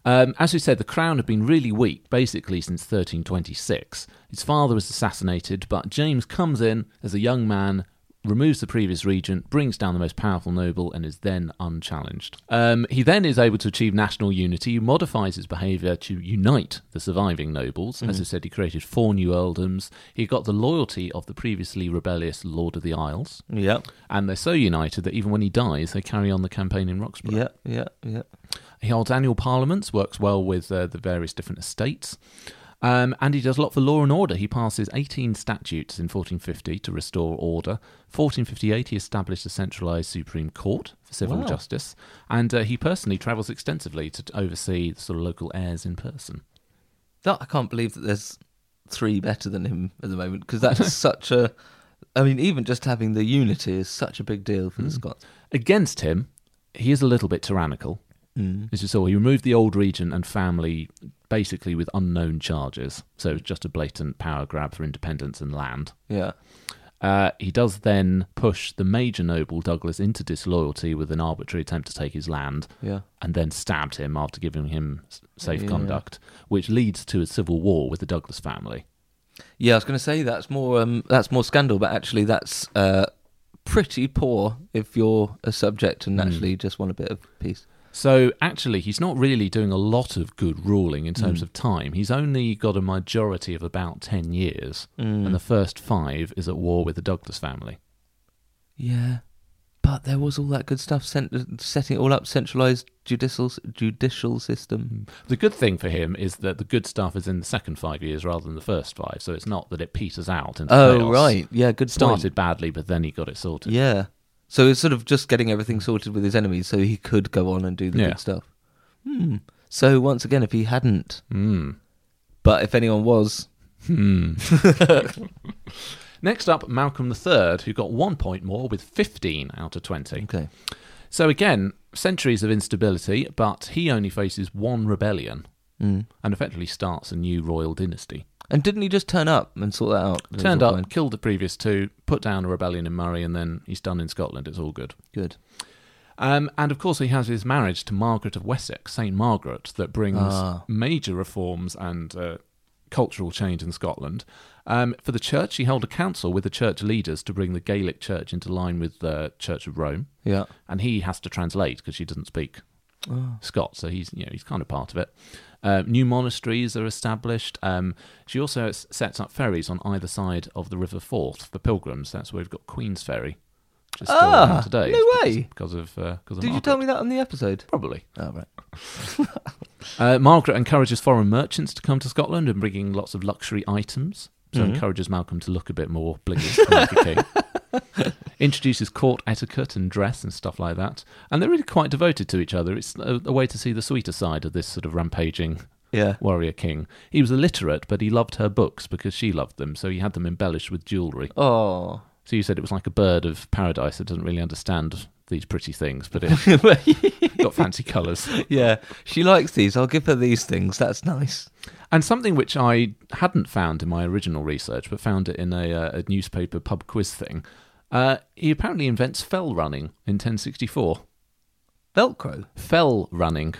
C: Um, as we said, the crown had been really weak basically since 1326. His father was assassinated, but James comes in as a young man, removes the previous regent, brings down the most powerful noble, and is then unchallenged. Um, he then is able to achieve national unity, He modifies his behaviour to unite the surviving nobles.
D: Mm-hmm.
C: As I said, he created four new earldoms. He got the loyalty of the previously rebellious Lord of the Isles.
D: Yep.
C: And they're so united that even when he dies, they carry on the campaign in Roxburgh.
D: Yep. Yep. Yep.
C: He holds annual parliaments, works well with uh, the various different estates, um, and he does a lot for law and order. He passes 18 statutes in 1450 to restore order. 1458, he established a centralised Supreme Court for civil
D: Wow.
C: justice, and uh, he personally travels extensively to oversee the sort of local heirs in person. *laughs*
D: That I can't believe that there's three better than him at the moment because that's such a I mean, even just having the unity is such a big deal
C: Hmm.
D: for the Scots.
C: Against him, he is a little bit tyrannical.
D: Hmm.
C: This is all. He removed the old regent and family basically with unknown charges. So it's just a blatant power grab for independence and land.
D: Yeah.
C: Uh, he does then push the major noble Douglas into disloyalty with an arbitrary attempt to take his land,
D: Yeah.
C: and then stabbed him after giving him s- safe
D: Yeah.
C: conduct, which leads to a civil war with the Douglas family.
D: Yeah, I was going to say that's more um, that's more scandal, but actually that's uh, pretty poor if you're a subject
C: Hmm.
D: and actually just want a bit of peace.
C: So actually, he's not really doing a lot of good ruling in
D: Hmm.
C: terms of time. He's only got a majority of about 10 years,
D: Hmm.
C: and the first five is at war with the Douglas family.
D: Yeah, but there was all that good stuff cent- setting it all up, centralized judicial judicial system.
C: The good thing for him is that the good stuff is in the second five years rather than the first five, so it's not that it peters out into
D: Oh
C: chaos.
D: right, yeah, good point.
C: Started badly, but then he got it sorted.
D: Yeah, so it's sort of just getting everything sorted with his enemies, so he could go on and do the
C: Yeah.
D: good stuff. Hmm. So once again, if he hadn't,
C: Mm.
D: but if anyone was,
C: Hmm. Next up, Malcolm III, who got one point more with 15 out of 20.
D: okay,
C: So again, centuries of instability, but he only faces one rebellion
D: Mm.
C: and effectively starts a new royal dynasty.
D: and didn't he just turn up and sort that out? It was
C: Turned
D: all
C: up,
D: fine.
C: killed the previous two, put down a rebellion in Murray, and then he's done in Scotland. It's all good.
D: good.
C: Um, and of course, he has his marriage to Margaret of Wessex, St. Margaret, that brings
D: Ah.
C: major reforms and uh, cultural change in Scotland. Um, for the church, he held a council with the church leaders to bring the Gaelic church into line with the Church of Rome.
D: Yeah.
C: and he has to translate because she doesn't speak
D: Oh.
C: Scots, so he's you know he's kind of part of it. Uh, new monasteries are established. Um, she also s- sets up ferries on either side of the River Forth for pilgrims. That's where we've got Queen's Ferry, which is still
D: Ah,
C: around today.
D: no
C: It's
D: way.
C: because of uh, because of
D: Did you
C: Margaret.
D: tell me that on the episode?
C: Probably.
D: Oh, right.
C: Uh, Margaret encourages foreign merchants to come to Scotland and bringing lots of luxury items. So encourages Malcolm to look a bit more blingy than Michael King. Introduces court etiquette and dress and stuff like that. And they're really quite devoted to each other. It's a, a way to see the sweeter side of this sort of rampaging
D: Yeah.
C: warrior king. He was illiterate, but he loved her books because she loved them. So he had them embellished with jewellery.
D: *laughs* Oh.
C: So you said it was like a bird of paradise that doesn't really understand these pretty things, but it got fancy colours.
D: *laughs* yeah. She likes these. I'll give her these things. That's nice.
C: And something which I hadn't found in my original research, but found it in a, uh, a newspaper pub quiz thing, uh, he apparently invents fell running in 1064.
D: Velcro.
C: Fell running.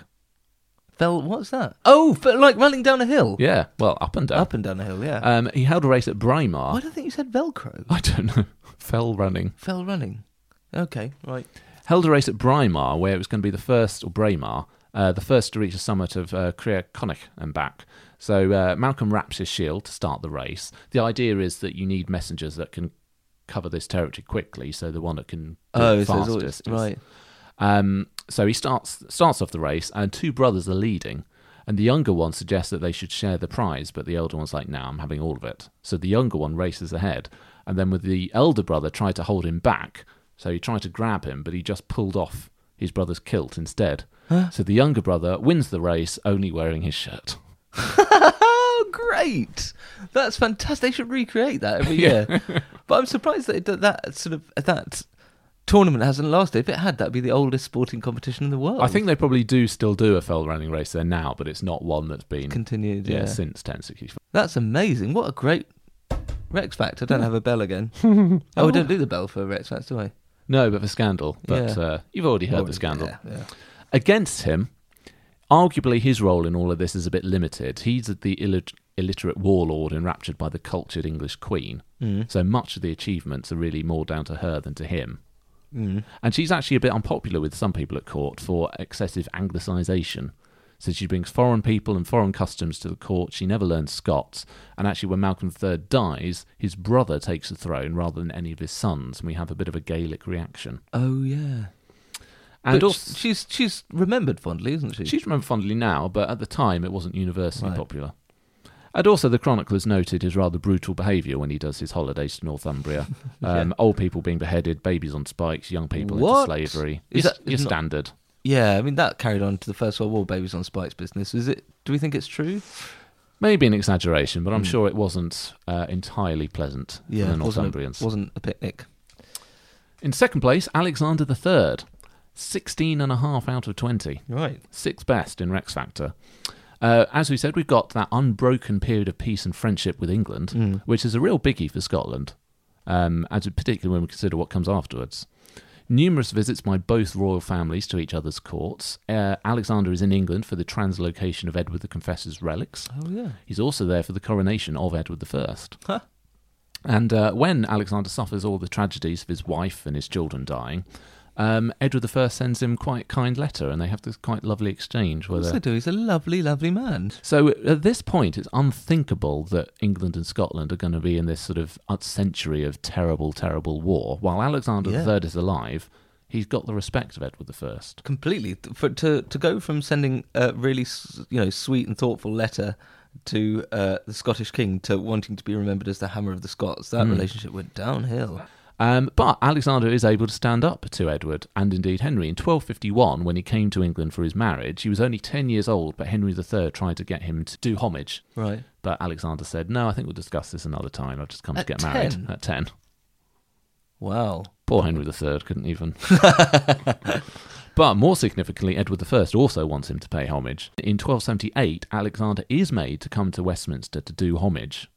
D: Vel. What's that? Oh, fe- like running down a hill.
C: Yeah, well, up and down.
D: Up and down a hill. Yeah.
C: Um, he held a race at Braemar.
D: Why do I think you said Velcro? *gasps*
C: I don't know. *laughs* fell running.
D: Fell running. Okay. Right.
C: Held a race at Braemar, where it was going to be the first, or Braemar, uh, the first to reach the summit of uh, Creagh Conach and back. So uh, Malcolm wraps his shield to start the race. The idea is that you need messengers that can cover this territory quickly, so the one that can do
D: Oh,
C: it
D: so it's
C: fastest.
D: all-
C: is-
D: right.
C: Um, so he starts starts off the race, and two brothers are leading. And the younger one suggests that they should share the prize, but the elder one's like, "No, I'm having all of it." So the younger one races ahead, and then with the elder brother tried to hold him back. So he tried to grab him, but he just pulled off his brother's kilt instead. So the younger brother wins the race, only wearing his shirt.
D: Oh, great! That's fantastic. They should recreate that every *laughs* year. but I'm surprised that it, that- that sort of that tournament hasn't lasted. If it had, that'd be the oldest sporting competition in the world.
C: I think they probably do still do a fell running race there now, but it's not one that's been
D: continued.
C: yeah,
D: Yeah.
C: since 1065.
D: That's amazing. What a great Rex fact. I don't have a bell *laughs* again. oh, I don't do the bell for Rex facts, do I?
C: No, but for scandal. But
D: Yeah.
C: uh, you've already heard the scandal.
D: Yeah, yeah.
C: against him, arguably his role in all of this is a bit limited. He's the illit- illiterate warlord enraptured by the cultured English queen.
D: Mm,
C: So much of the achievements are really more down to her than to him.
D: mm.
C: And she's actually a bit unpopular with some people at court for excessive anglicisation. So she brings foreign people and foreign customs to the court. She never learns Scots. And actually, when Malcolm III dies, his brother takes the throne rather than any of his sons. And we have a bit of a Gaelic reaction.
D: Oh yeah.
C: And
D: but
C: also,
D: she's she's remembered fondly, isn't she?
C: She's remembered fondly now, but at the time it wasn't universally
D: Right.
C: popular. And also, the chroniclers noted his rather brutal behaviour when he does his holidays to
D: *laughs*
C: Northumbria. um, old people being beheaded, babies on spikes, young people
D: What?
C: into slavery.
D: Is
C: your
D: that-
C: your
D: is not-
C: standard.
D: yeah, I mean that carried on to the First World War. Babies on spikes business. Is it? Do we think it's true?
C: Maybe an exaggeration, but I'm sure it wasn't uh, entirely pleasant for
D: Hmm. Yeah,
C: the
D: wasn't a,
C: Northumbrians.
D: wasn't a picnic.
C: In second place, Alexander III, 16 and a half out of 20.
D: Right.
C: sixth best in Rex Factor. Uh, as we said, we've got that unbroken period of peace and friendship with England,
D: Hmm.
C: which is a real biggie for Scotland, um, as particularly when we consider what comes afterwards. Numerous visits by both royal families to each other's courts. Uh, Alexander is in England for the translocation of Edward the Confessor's relics.
D: Oh yeah.
C: He's also there for the coronation of Edward I.
D: Huh.
C: And uh, when Alexander suffers all the tragedies of his wife and his children dying, um, Edward I sends him quite a kind letter, and they have this quite lovely exchange. Where
D: What's
C: they're-
D: do? He's a lovely, lovely man.
C: so at this point, it's unthinkable that England and Scotland are going to be in this sort of odd century of terrible, terrible war. While Alexander
D: Yeah.
C: III is alive, he's got the respect of Edward I.
D: Completely. For, to to go from sending a really s- you know sweet and thoughtful letter to uh, the Scottish king to wanting to be remembered as the Hammer of the Scots,
C: Hmm.
D: that relationship went downhill.
C: Um, but Alexander is able to stand up to Edward and indeed Henry. In 1251, when he came to England for his marriage, he was only 10 years old, but Henry III tried to get him to do homage.
D: Right.
C: But Alexander said, No, I think we'll discuss this another time. I've just come
D: At
C: to get married
D: 10?
C: at 10.
D: Wow.
C: Poor Henry III couldn't
D: *laughs*
C: even. *laughs* but more significantly, Edward I also wants him to pay homage. In 1278, Alexander is made to come to Westminster to do homage.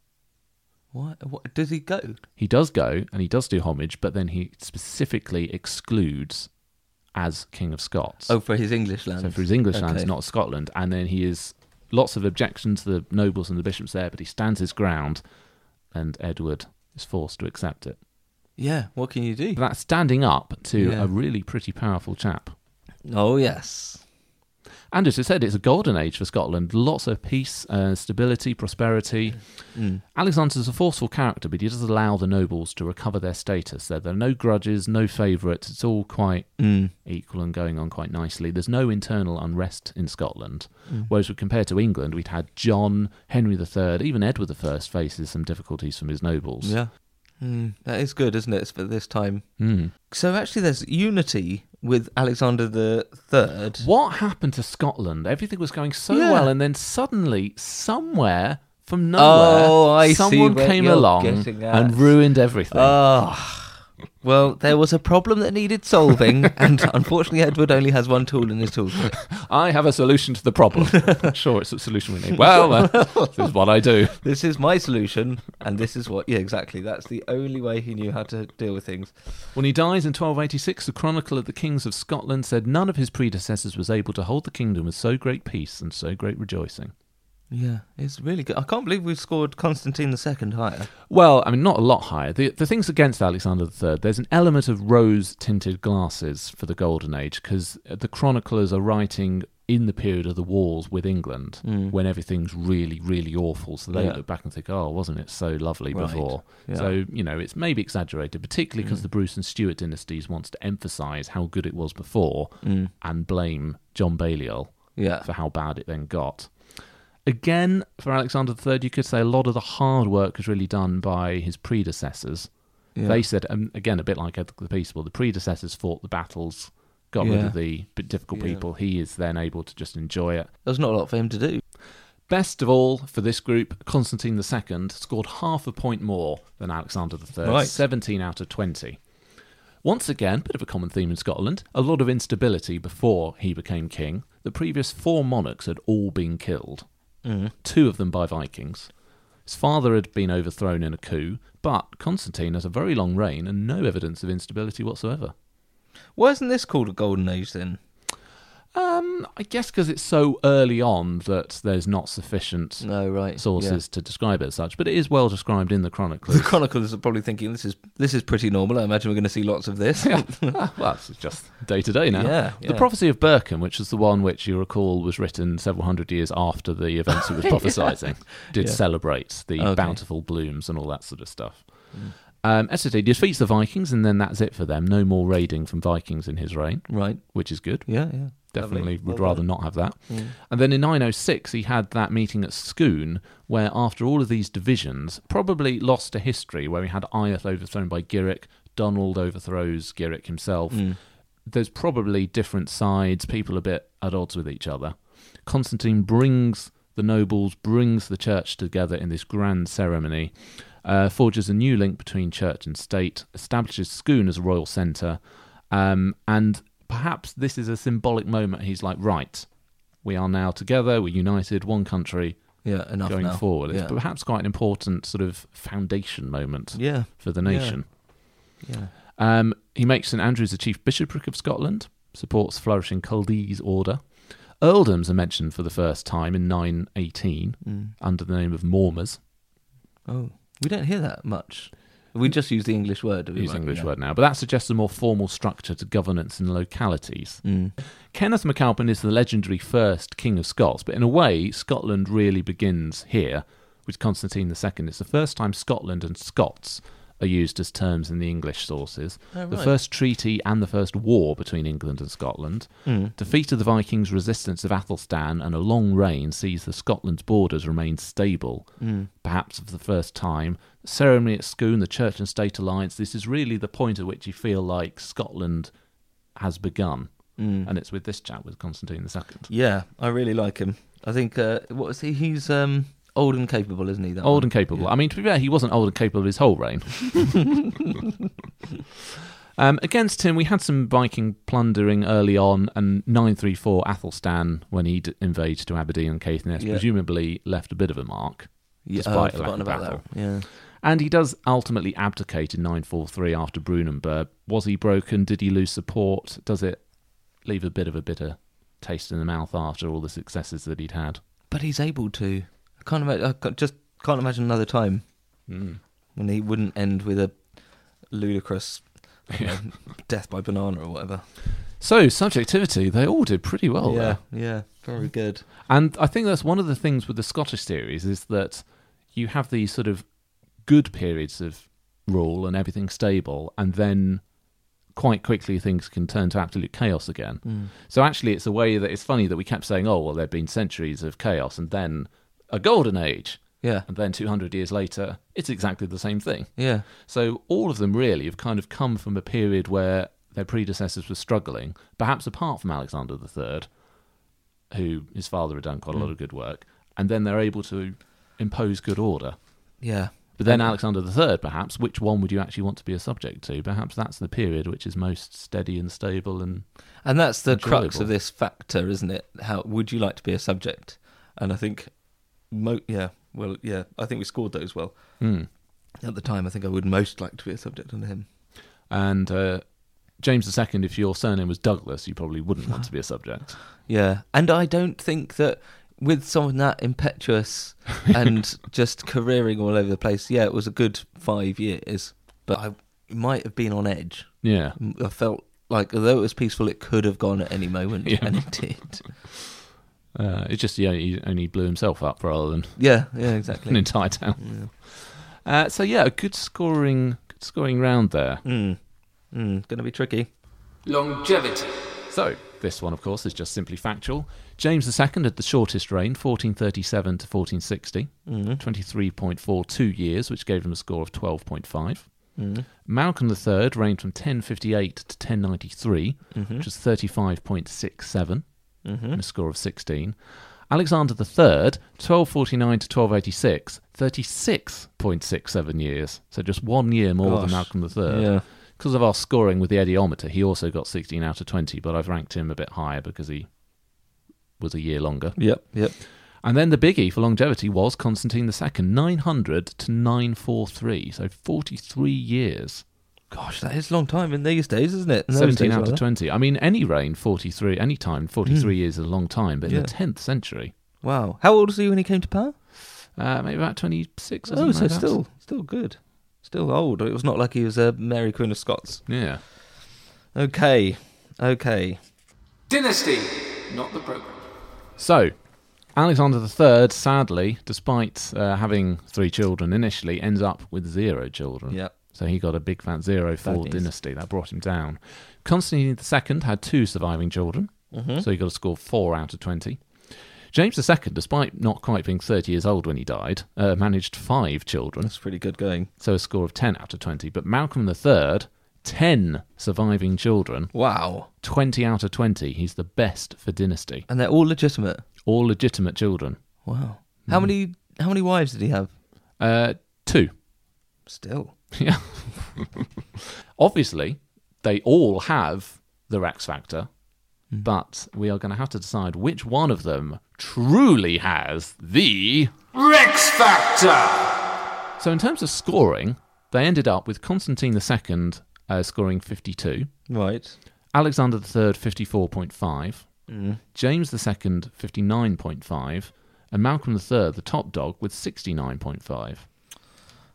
D: What, what does he go?
C: He does go and he does do homage, but then he specifically excludes as King of Scots.
D: Oh, for his English lands.
C: so for his English lands,
D: Okay.
C: not Scotland. And then he is lots of objections to the nobles and the bishops there, but he stands his ground, and Edward is forced to accept it.
D: Yeah. What can you do?
C: That's standing up to
D: Yeah.
C: a really pretty powerful chap.
D: Oh yes.
C: And as I said, it's a golden age for Scotland. Lots of peace, uh, stability, prosperity.
D: Mm.
C: Alexander's a forceful character, but he does allow the nobles to recover their status. There, there are no grudges, no favourites. It's all quite equal and going on quite nicely. There's no internal unrest in Scotland. Whereas, we- compared to England, we'd had John, Henry III, even Edward I faces some difficulties from his nobles.
D: Yeah. Mm, that is good, isn't it? It's for this time.
C: Mm.
D: So actually, there's unity with Alexander the Third.
C: What happened to Scotland? Everything was going so
D: Yeah.
C: well, and then suddenly, somewhere from nowhere,
D: Oh, I see
C: someone
D: where
C: came
D: you're
C: along
D: getting at.
C: and ruined everything.
D: Ah. Well, there was a problem that needed *laughs* solving, and unfortunately, Edward only has one tool in his toolkit.
C: I have a solution to the
D: *laughs*
C: problem. sure, it's a solution we need. Well, uh, this is what I do.
D: This is my solution, and this is what. Yeah, exactly. That's the only way he knew how to deal with things.
C: When he dies in 1286, the Chronicle of the Kings of Scotland said none of his predecessors was able to hold the kingdom with so great peace and so great rejoicing.
D: Yeah, it's really good. I can't believe we've scored Constantine the Second higher.
C: Well, I mean, not a lot higher. The, the things against Alexander III, there's an element of rose tinted glasses for the Golden Age because the chroniclers are writing in the period of the wars with England when everything's really, really awful. So they
D: Mm. Yeah.
C: look back and think, oh, wasn't it so lovely
D: Right.
C: before?
D: Yeah. Mm.
C: So, you know, it's maybe exaggerated, particularly because the Bruce and Stuart dynasties wants to emphasize how good it was before and blame John Balliol
D: Mm. Yeah.
C: for how bad it then got. Again, for Alexander III, you could say a lot of the hard work was really done by his predecessors.
D: Yeah.
C: They said, um, again, a bit like Edward the Peaceable, the predecessors fought the battles, got rid
D: Yeah.
C: of the bit difficult
D: Yeah.
C: people. He is then able to just enjoy it.
D: There's not a lot for him to do.
C: Best of all, for this group, Constantine II scored half a point more than Alexander III,
D: Right.
C: 17 out of 20. Once again, bit of a common theme in Scotland, a lot of instability before he became king. The previous four monarchs had all been killed, two of them by Vikings. His father had been overthrown in a coup, but Constantine has a very long reign and no evidence of instability whatsoever.
D: Why isn't this called a golden age then?
C: Um, I guess because it's so early on that there's not sufficient
D: No, right.
C: sources to describe it as such, but it is well described in the Chronicles.
D: *laughs* The chroniclers are probably thinking this is this is pretty normal. I imagine we're going to see lots
C: *laughs*
D: of this.
C: Ah, well, that's just day to day now.
D: Yeah,
C: The
D: yeah.
C: prophecy of Birkin, which is the one which you recall was written several hundred years after the events
D: *laughs*
C: it was prophesying, did celebrate the
D: Okay. Mm.
C: bountiful blooms and all that sort of stuff. Um, as I say, he defeats the Vikings, and then that's it for them. No more raiding from Vikings in his reign,
D: right.
C: which is good.
D: Yeah, yeah.
C: Definitely
D: Lovely.
C: would
D: Well
C: rather not have that. And then in 906, he had that meeting at Scone, where after all of these divisions, probably lost to history, where we had Iath overthrown by Giric, Donald overthrows Giric himself. There's probably different sides, people a bit at odds with each other. Constantine brings the nobles, brings the church together in this grand ceremony, uh, forges a new link between church and state, establishes Scone as a royal centre, um, and perhaps this is a symbolic moment. He's like, right, we are now together, we're united, one country,
D: Yeah, enough
C: going
D: now.
C: forward. It's
D: Yeah.
C: perhaps quite an important sort of foundation moment
D: yeah,
C: for the nation.
D: yeah.
C: Um, he makes St Andrews the chief bishopric of Scotland, supports flourishing Culdee's order. Earldoms are mentioned for the first time in 918 under the name of Mormers.
D: Oh, we don't hear that much. We just use the English word. do we,
C: Use
D: Mike?
C: English
D: Yeah.
C: word now, but that suggests a more formal structure to governance in localities.
D: Mm.
C: Kenneth MacAlpin is the legendary first King of Scots, but in a way, Scotland really begins here with Constantine II. It's the first time Scotland and Scots are used as terms in the English sources. The first treaty and the first war between England and Scotland. Defeat of the Vikings, resistance of Athelstan, and a long reign sees the Scotland's borders remain stable, perhaps for the first time. Ceremony at Scone, the church and state alliance. This is really the point at which you feel like Scotland has begun.
D: Mm-hmm.
C: And it's with this chat with Constantine II.
D: Mm. Yeah, I really like him. I think uh, what was he? He's um, old and capable, isn't he? That
C: Old
D: one?
C: and capable. I mean, to be fair, he wasn't old and capable his whole
D: *laughs*
C: reign. um, against him, we had some Viking plundering early on, and 934 Athelstan, when he d- invades to Aberdeen and Caithness,
D: Yeah.
C: presumably left a bit of a mark.
D: Yeah,
C: despite
D: oh,
C: a
D: I'd
C: lack
D: forgotten
C: of
D: about
C: battle.
D: that. Yeah.
C: And he does ultimately abdicate in 943 after Brunenburg. Was he broken? Did he lose support? Does it leave a bit of a bitter taste in the mouth after all the successes that he'd had?
D: But he's able to. I can't imagine. I ca- just can't imagine another time Hmm. when he wouldn't end with a ludicrous I don't know, *laughs* death by banana or whatever.
C: So, subjectivity, they all did pretty well
D: yeah,
C: there.
D: yeah, very
C: Mm.
D: good.
C: And I think that's one of the things with the Scottish series is that you have these sort of good periods of rule and everything stable, and then quite quickly things can turn to absolute chaos again.
D: Mm.
C: So actually, it's a way that it's funny that we kept saying, "Oh, well, there've been centuries of chaos, and then a golden age."
D: Yeah,
C: And then 200 years later, it's exactly the same thing.
D: yeah,
C: So all of them really have kind of come from a period where their predecessors were struggling, perhaps apart from Alexander III, who his father had done quite a lot of good work, and then they're able to impose good order.
D: yeah.
C: But then Alexander III, perhaps, which one would you actually want to be a subject to? Perhaps that's the period which is most steady and stable and
D: And that's the crux
C: Enjoyable.
D: of this factor, isn't it? How would you like to be a subject? And I think, mo- yeah, well, yeah, I think we scored those well. At the time, I think I would most like to be a subject under him.
C: and uh, James II, if your surname was Douglas, you probably wouldn't want to be a subject.
D: Yeah, and I don't think that with someone
C: *laughs*
D: that impetuous and just careering all over the place, yeah, it was a good five years, but I might have been on edge.
C: Yeah.
D: I felt like although it was peaceful, it could have gone at any moment,
C: *laughs* Yeah.
D: and it did.
C: Uh, it's just he only, he only blew himself up rather than
D: Yeah, yeah,
C: *laughs* an
D: exactly.
C: entire town. Uh, so yeah, a good scoring, good scoring round there.
D: Mm. Mm, gonna be tricky.
A: Longevity.
C: So this one, of course, is just simply factual. James II had the shortest reign, 1437 to 1460,
D: Mm-hmm.
C: 23.42 years, which gave him a score of 12.5.
D: Mm-hmm.
C: Malcolm III reigned from 1058 to 1093,
D: Mm-hmm.
C: which is 35.67, and a score of 16. Alexander III, 1249 to 1286, 36.67 years, so just one year more than
D: Gosh.
C: Malcolm III.
D: Yeah.
C: Because of our scoring with the Ediometer, he also got 16 out of 20, but I've ranked him a bit higher because he was a year longer.
D: Yep, yep.
C: And then the biggie for longevity was Constantine II, 900 to 943, so 43 years.
D: Gosh, that is a long time in these days, isn't it? In those
C: 17
D: days,
C: out of
D: rather. Hmm.
C: 20. I mean, any reign, 43, any time, 43 years is a long time, but in
D: Yeah.
C: the 10th century,
D: Wow. How old was he when he came to power?
C: uh, maybe about 26 or
D: Oh,
C: something
D: so
C: like that.
D: still, still good. Still old. It was not like he was a Mary Queen of Scots.
C: Yeah.
D: Okay, okay.
A: Dynasty. Not the program.
C: So, Alexander III, sadly, despite uh, having three children initially, ends up with zero children.
D: Yep.
C: So he got a big fat zero for
D: That is-
C: dynasty. That brought him down. Constantine II had two surviving children,
D: Hmm? Mm-hmm.
C: so he got a score of four out of 20. James II, despite not quite being 30 years old when he died, uh, managed five children,
D: That's pretty good going.
C: so a score of 10 out of 20. But Malcolm III, 10 surviving children,
D: Wow.
C: 20 out of 20. He's the best for dynasty.
D: And they're all legitimate.
C: All legitimate children.
D: Wow. How many how many wives did he have?
C: Uh, two.
D: Still.
C: Yeah. Obviously, they all have the X Factor, but we are going to have to decide which one of them truly has the.
A: Rex Factor!
C: So, in terms of scoring, they ended up with Constantine II uh, scoring 52,
D: Right.
C: Alexander III 54.5, James II 59.5, and Malcolm III, the top dog, with 69.5.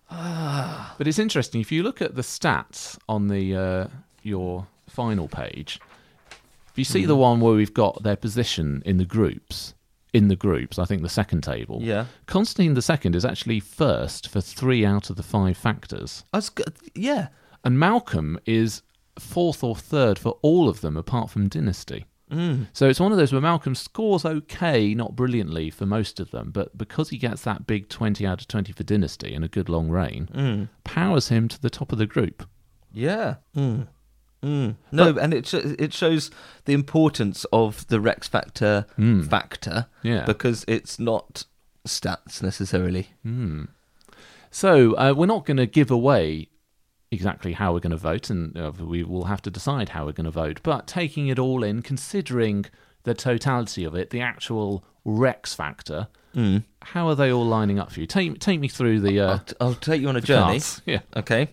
C: But it's interesting if you look at the stats on the uh, your final page. If you see the one where we've got their position in the groups, in the groups, I think the second table.
D: Yeah.
C: Constantine II is actually first for three out of the five factors.
D: That's good. Yeah.
C: And Malcolm is fourth or third for all of them apart from Dynasty. So it's one of those where Malcolm scores okay, not brilliantly for most of them, but because he gets that big 20 out of 20 for Dynasty and a good long reign, powers him to the top of the group.
D: Yeah. Mm. Mm. No, and it sho it shows the importance of the Rex Factor factor.
C: Hmm. Yeah.
D: Because it's not stats necessarily.
C: So uh, we're not going to give away exactly how we're going to vote, and uh, we will have to decide how we're going to vote. But taking it all in, considering the totality of it, the actual Rex factor, how are they all lining up for you? Take take me through the. Uh,
D: I'll, t- I'll take you on Mm. a journey.
C: cards, *laughs* yeah.
D: Okay.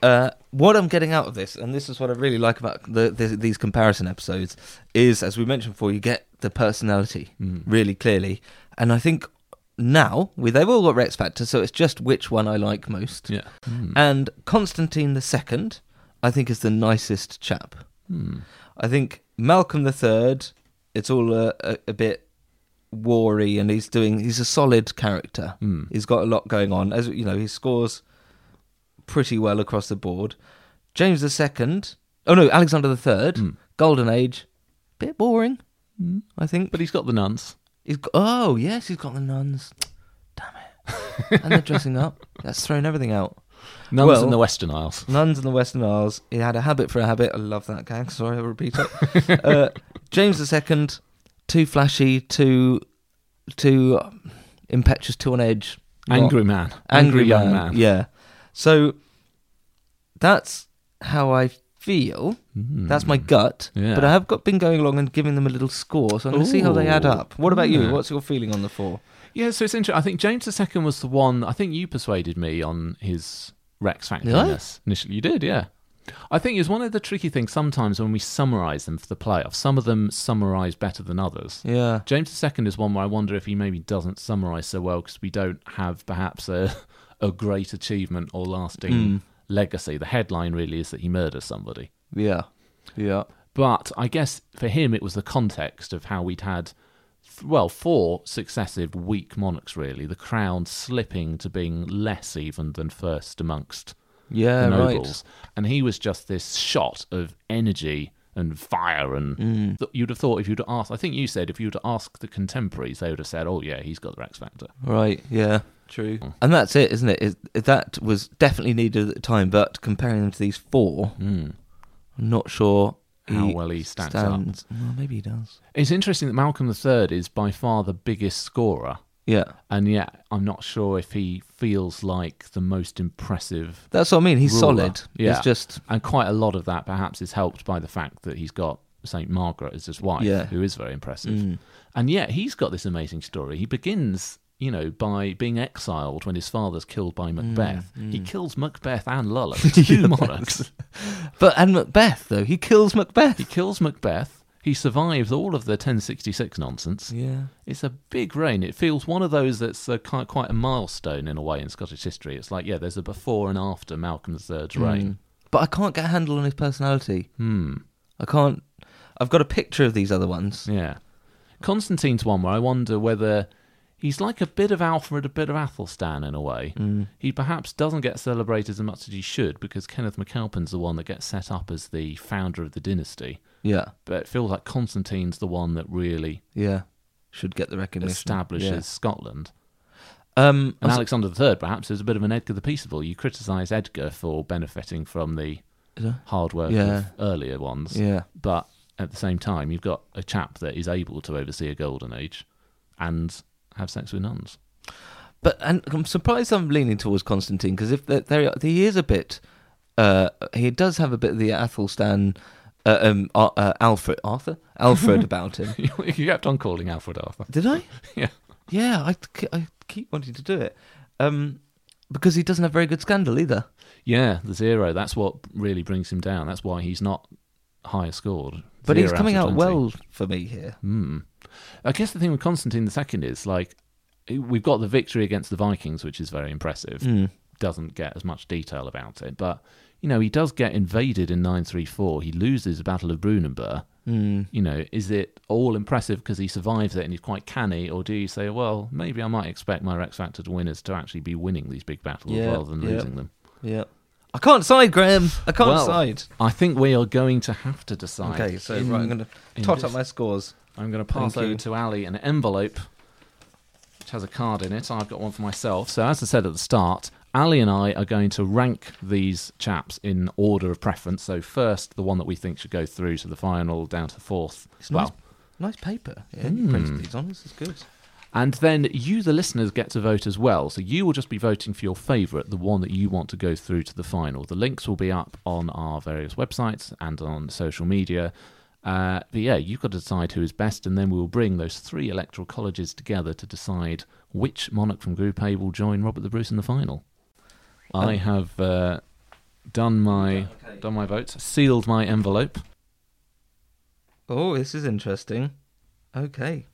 D: Uh, what I'm getting out of this, and this is what I really like about the, the, these comparison episodes, is as we mentioned before, you get the personality
C: Hmm.
D: really clearly, and I think now we they've all got Rex Factor, so it's just which one I like most.
C: Yeah. Hmm.
D: And Constantine the Second, I think, is the nicest chap. I think Malcolm the Third, it's all a, a, a bit wary, and he's doing he's a solid character.
C: Hmm.
D: He's got a lot going on. As you know, he scores pretty well across the board. James the Second, oh no, Alexander the Third, Golden Age, bit boring, I think.
C: but he's got the nuns.
D: He's got, oh yes, he's got the nuns. Damn it! and they're dressing up. That's thrown everything out.
C: Nuns
D: Well-
C: in the Western Isles.
D: Nuns in the Western Isles. He had a habit for a habit. I love that gag. *laughs* Sorry, I'll repeat it. uh, James the Second, too flashy, too, too um, impetuous, too on edge, Not-
C: Angry man.
D: angry,
C: young man.
D: Yeah. So that's how I feel.
C: Hmm.
D: That's my gut.
C: Yeah.
D: But I have got been going along and giving them a little score, so I'm going to see how they add
C: Ooh.
D: up. What about
C: Yeah.
D: you? What's your feeling on the four?
C: Yeah, so it's interesting. I think James II was the one. I think you persuaded me on his Rex factor. Yes, initially you did. Yeah, I think it's one of the tricky things sometimes when we summarise them for the playoffs. Some of them summarise better than others.
D: Yeah.
C: James II is one where I wonder if he maybe doesn't summarise so well because we don't have perhaps a *laughs* a great achievement or lasting legacy. The headline really is that he murders somebody.
D: Yeah. Yeah.
C: But I guess for him, it was the context of how we'd had, th- well, four successive weak monarchs, really, the crown slipping to being less even than first amongst
D: Yeah.
C: the
D: Oh, Right.
C: nobles. And he was just this shot of energy and fire. And th- you'd have thought if you'd asked, I think you said if you'd asked the contemporaries, they would have said, oh, yeah, he's got the Rex Factor.
D: Right. Yeah. True. And that's it, isn't it? it? That was definitely needed at the time, but comparing them to these four, I'm not sure
C: Hmm. How well he stacks up.
D: Well, maybe he does.
C: It's interesting that Malcolm III is by far the biggest scorer.
D: Yeah.
C: And yet, I'm not sure if he feels like the most impressive
D: That's what I mean. He's
C: ruler.
D: solid.
C: Yeah.
D: He's just
C: and quite a lot of that perhaps is helped by the fact that he's got Saint Margaret as his wife,
D: Yeah.
C: who is very impressive. And yet he's got this amazing story. He begins, you know, by being exiled when his father's killed by Macbeth. He kills Macbeth and Lullah, two monarchs.
D: But and Macbeth though, he kills Macbeth.
C: He kills Macbeth. He survives all of the 1066 nonsense.
D: Yeah.
C: It's a big reign. It feels one of those that's uh, ki- quite a milestone in a way in Scottish history. It's like, yeah, there's a before and after Malcolm III's
D: Hmm.
C: reign.
D: But I can't get a handle on his personality. Hmm. I can't. I've got a picture of these other ones.
C: Yeah. Constantine's one where I wonder whether he's like a bit of Alfred, a bit of Athelstan in a way. He perhaps doesn't get celebrated as much as he should because Kenneth MacAlpin's the one that gets set up as the founder of the dynasty.
D: Yeah.
C: But it feels like Constantine's the one that really
D: Yeah. Should get the recognition.
C: establishes Scotland.
D: Yeah. Um.
C: And
D: I was-
C: Alexander III, perhaps, is a bit of an Edgar the Peaceable. You criticise Edgar for benefiting from the hard work of
D: Yeah.
C: earlier ones.
D: Yeah.
C: But at the same time, you've got a chap that is able to oversee a golden age and have sex with nuns. *laughs*
D: But and I'm surprised I'm leaning towards Constantine because if there, there he is a bit, uh, he does have a bit of the Athelstan, uh, um, Ar- uh, Alfred Arthur
C: *laughs*
D: Alfred about him.
C: you kept on calling Alfred Arthur.
D: Did I?
C: *laughs* Yeah.
D: Yeah, I, k- I keep wanting to do it, um, because he doesn't have very good scandal either.
C: Yeah, the zero. That's what really brings him down. That's why he's not higher scored.
D: But
C: Zero
D: he's coming
C: of
D: out
C: 20.
D: well for me here.
C: I guess the thing with Constantine II is like we've got the victory against the Vikings, which is very impressive.
D: Mm. Hmm,
C: Doesn't get as much detail about it, but you know he does get invaded in 934. He loses the Battle of Brunanburh.
D: hmm,
C: You know, is it all impressive because he survives it and he's quite canny, or do you say, well, maybe I might expect my Rex Factor to winners to actually be winning these big battles
D: Yeah,
C: rather than
D: yeah.
C: losing them?
D: Yeah, I can't side, Graham. I can't
C: Well,
D: side.
C: I think we are going to have to decide.
D: Okay, so
C: in-
D: right, I'm going to
C: in
D: tot
C: this-
D: up my scores.
C: I'm going to pass
D: Thank
C: over
D: you.
C: to Ali an envelope which has a card in it. I've got one for myself. So, as I said at the start, Ali and I are going to rank these chaps in order of preference. So, first, the one that we think should go through to the final, down to fourth.
D: It's
C: well, Hmm.
D: nice, nice paper. Yeah, you printed these on. This is good.
C: and then you, the listeners, get to vote as well. So you will just be voting for your favourite, the one that you want to go through to the final. The links will be up on our various websites and on social media. Uh, but yeah, you've got to decide who is best, and then we will bring those three electoral colleges together to decide which monarch from Group A will join Robert the Bruce in the final. I have uh, done my done my votes, sealed my envelope.
D: Oh, this is interesting. Okay.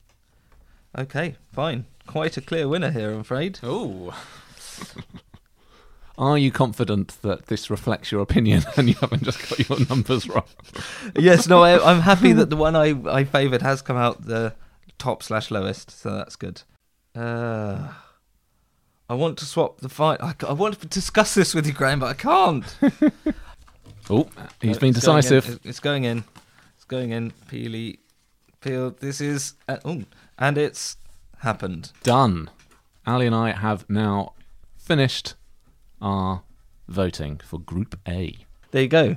D: Okay, fine. Quite a clear winner here, I'm afraid.
C: Oh. *laughs* Are you confident that this reflects your opinion *laughs* and you haven't just got your numbers wrong?
D: yes, no, I, I'm happy *laughs* that the one I, I favoured has come out the top slash lowest, so that's good. Uh, I want to swap the fight. I, ca- I want to discuss this with you, Graham, but I can't.
C: Oh, he's
D: No,
C: been
D: *laughs* it's going in.
C: decisive.
D: It- It's going in. It's going in. Peely, peel. This is. Uh, oh, and it's happened.
C: Done. Ali and I have now finished our voting for Group A.
D: There you go.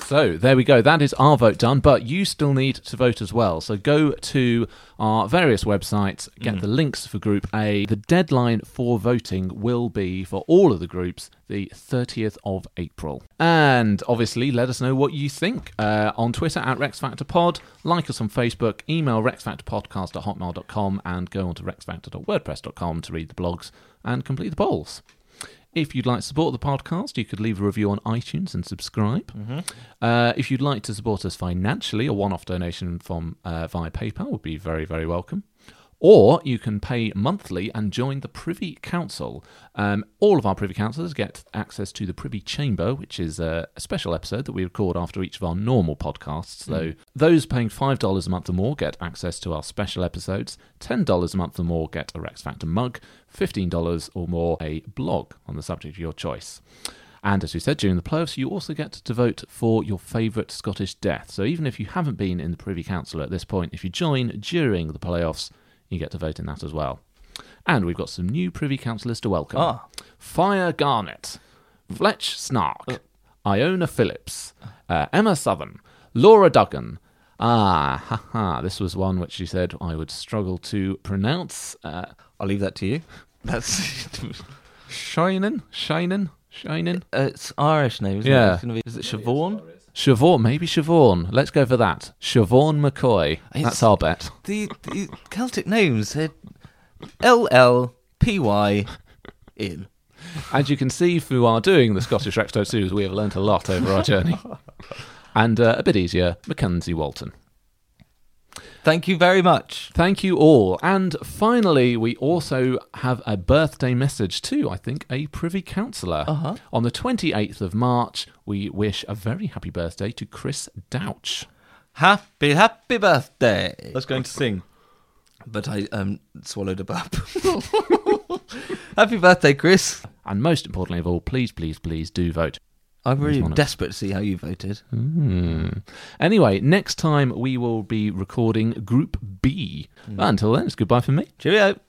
C: So there we go. That is our vote done, but you still need to vote as well. So go to our various websites, get the links for Group A. The deadline for voting will be for all of the groups the 30th of April. And obviously, let us know what you think uh, on Twitter at RexFactorPod, like us on Facebook, email RexFactorPodcast at hotmail.com, and go on to RexFactor.wordpress.com to read the blogs and complete the polls. If you'd like to support the podcast, you could leave a review on iTunes and subscribe. Uh, if you'd like to support us financially, a one-off donation from uh, via PayPal would be very, very welcome. Or you can pay monthly and join the Privy Council. Um, all of our Privy Councillors get access to the Privy Chamber, which is a, a special episode that we record after each of our normal podcasts. So those paying $5 a month or more get access to our special episodes. $10 a month or more get a Rex Factor mug. $15 or more a blog on the subject of your choice. And as we said, during the playoffs, you also get to vote for your favourite Scottish death. So even if you haven't been in the Privy Council at this point, if you join during the playoffs, you get to vote in that as well. And we've got some new Privy Councillors to welcome
D: Ah.
C: Fire Garnet, Fletch Snark, Iona Phillips, uh, Emma Southern, Laura Duggan. Ah, ha ha. This was one which she said I would struggle to pronounce. Uh,
D: I'll leave that to you. That's *laughs*
C: Shinin? Shinin? Shinin?
D: it's Irish name, isn't
C: Yeah.
D: it? It's gonna be, is it Siobhan?
C: Siobhan, maybe Siobhan. Let's go for that. Siobhan McCoy. That's
D: It's-
C: our bet.
D: The, the Celtic names are L L P Y in.
C: As you can see through our doing the Scottish Rexto Series, we have learnt a lot over our journey. And uh, a bit easier, Mackenzie Walton.
D: Thank you very much.
C: Thank you all. And finally, we also have a birthday message to, I think, a Privy Councillor. Uh-huh. On the 28th of March, we wish a very happy birthday to Chris Douch.
D: Happy, happy birthday. I was going to sing, but I um, swallowed a bub. *laughs* happy birthday, Chris.
C: And most importantly of all, please, please, please do vote.
D: I'm really
C: Monarch.
D: desperate to see how you voted.
C: Anyway, next time we will be recording Group B. Until then, it's goodbye from me.
D: Cheerio.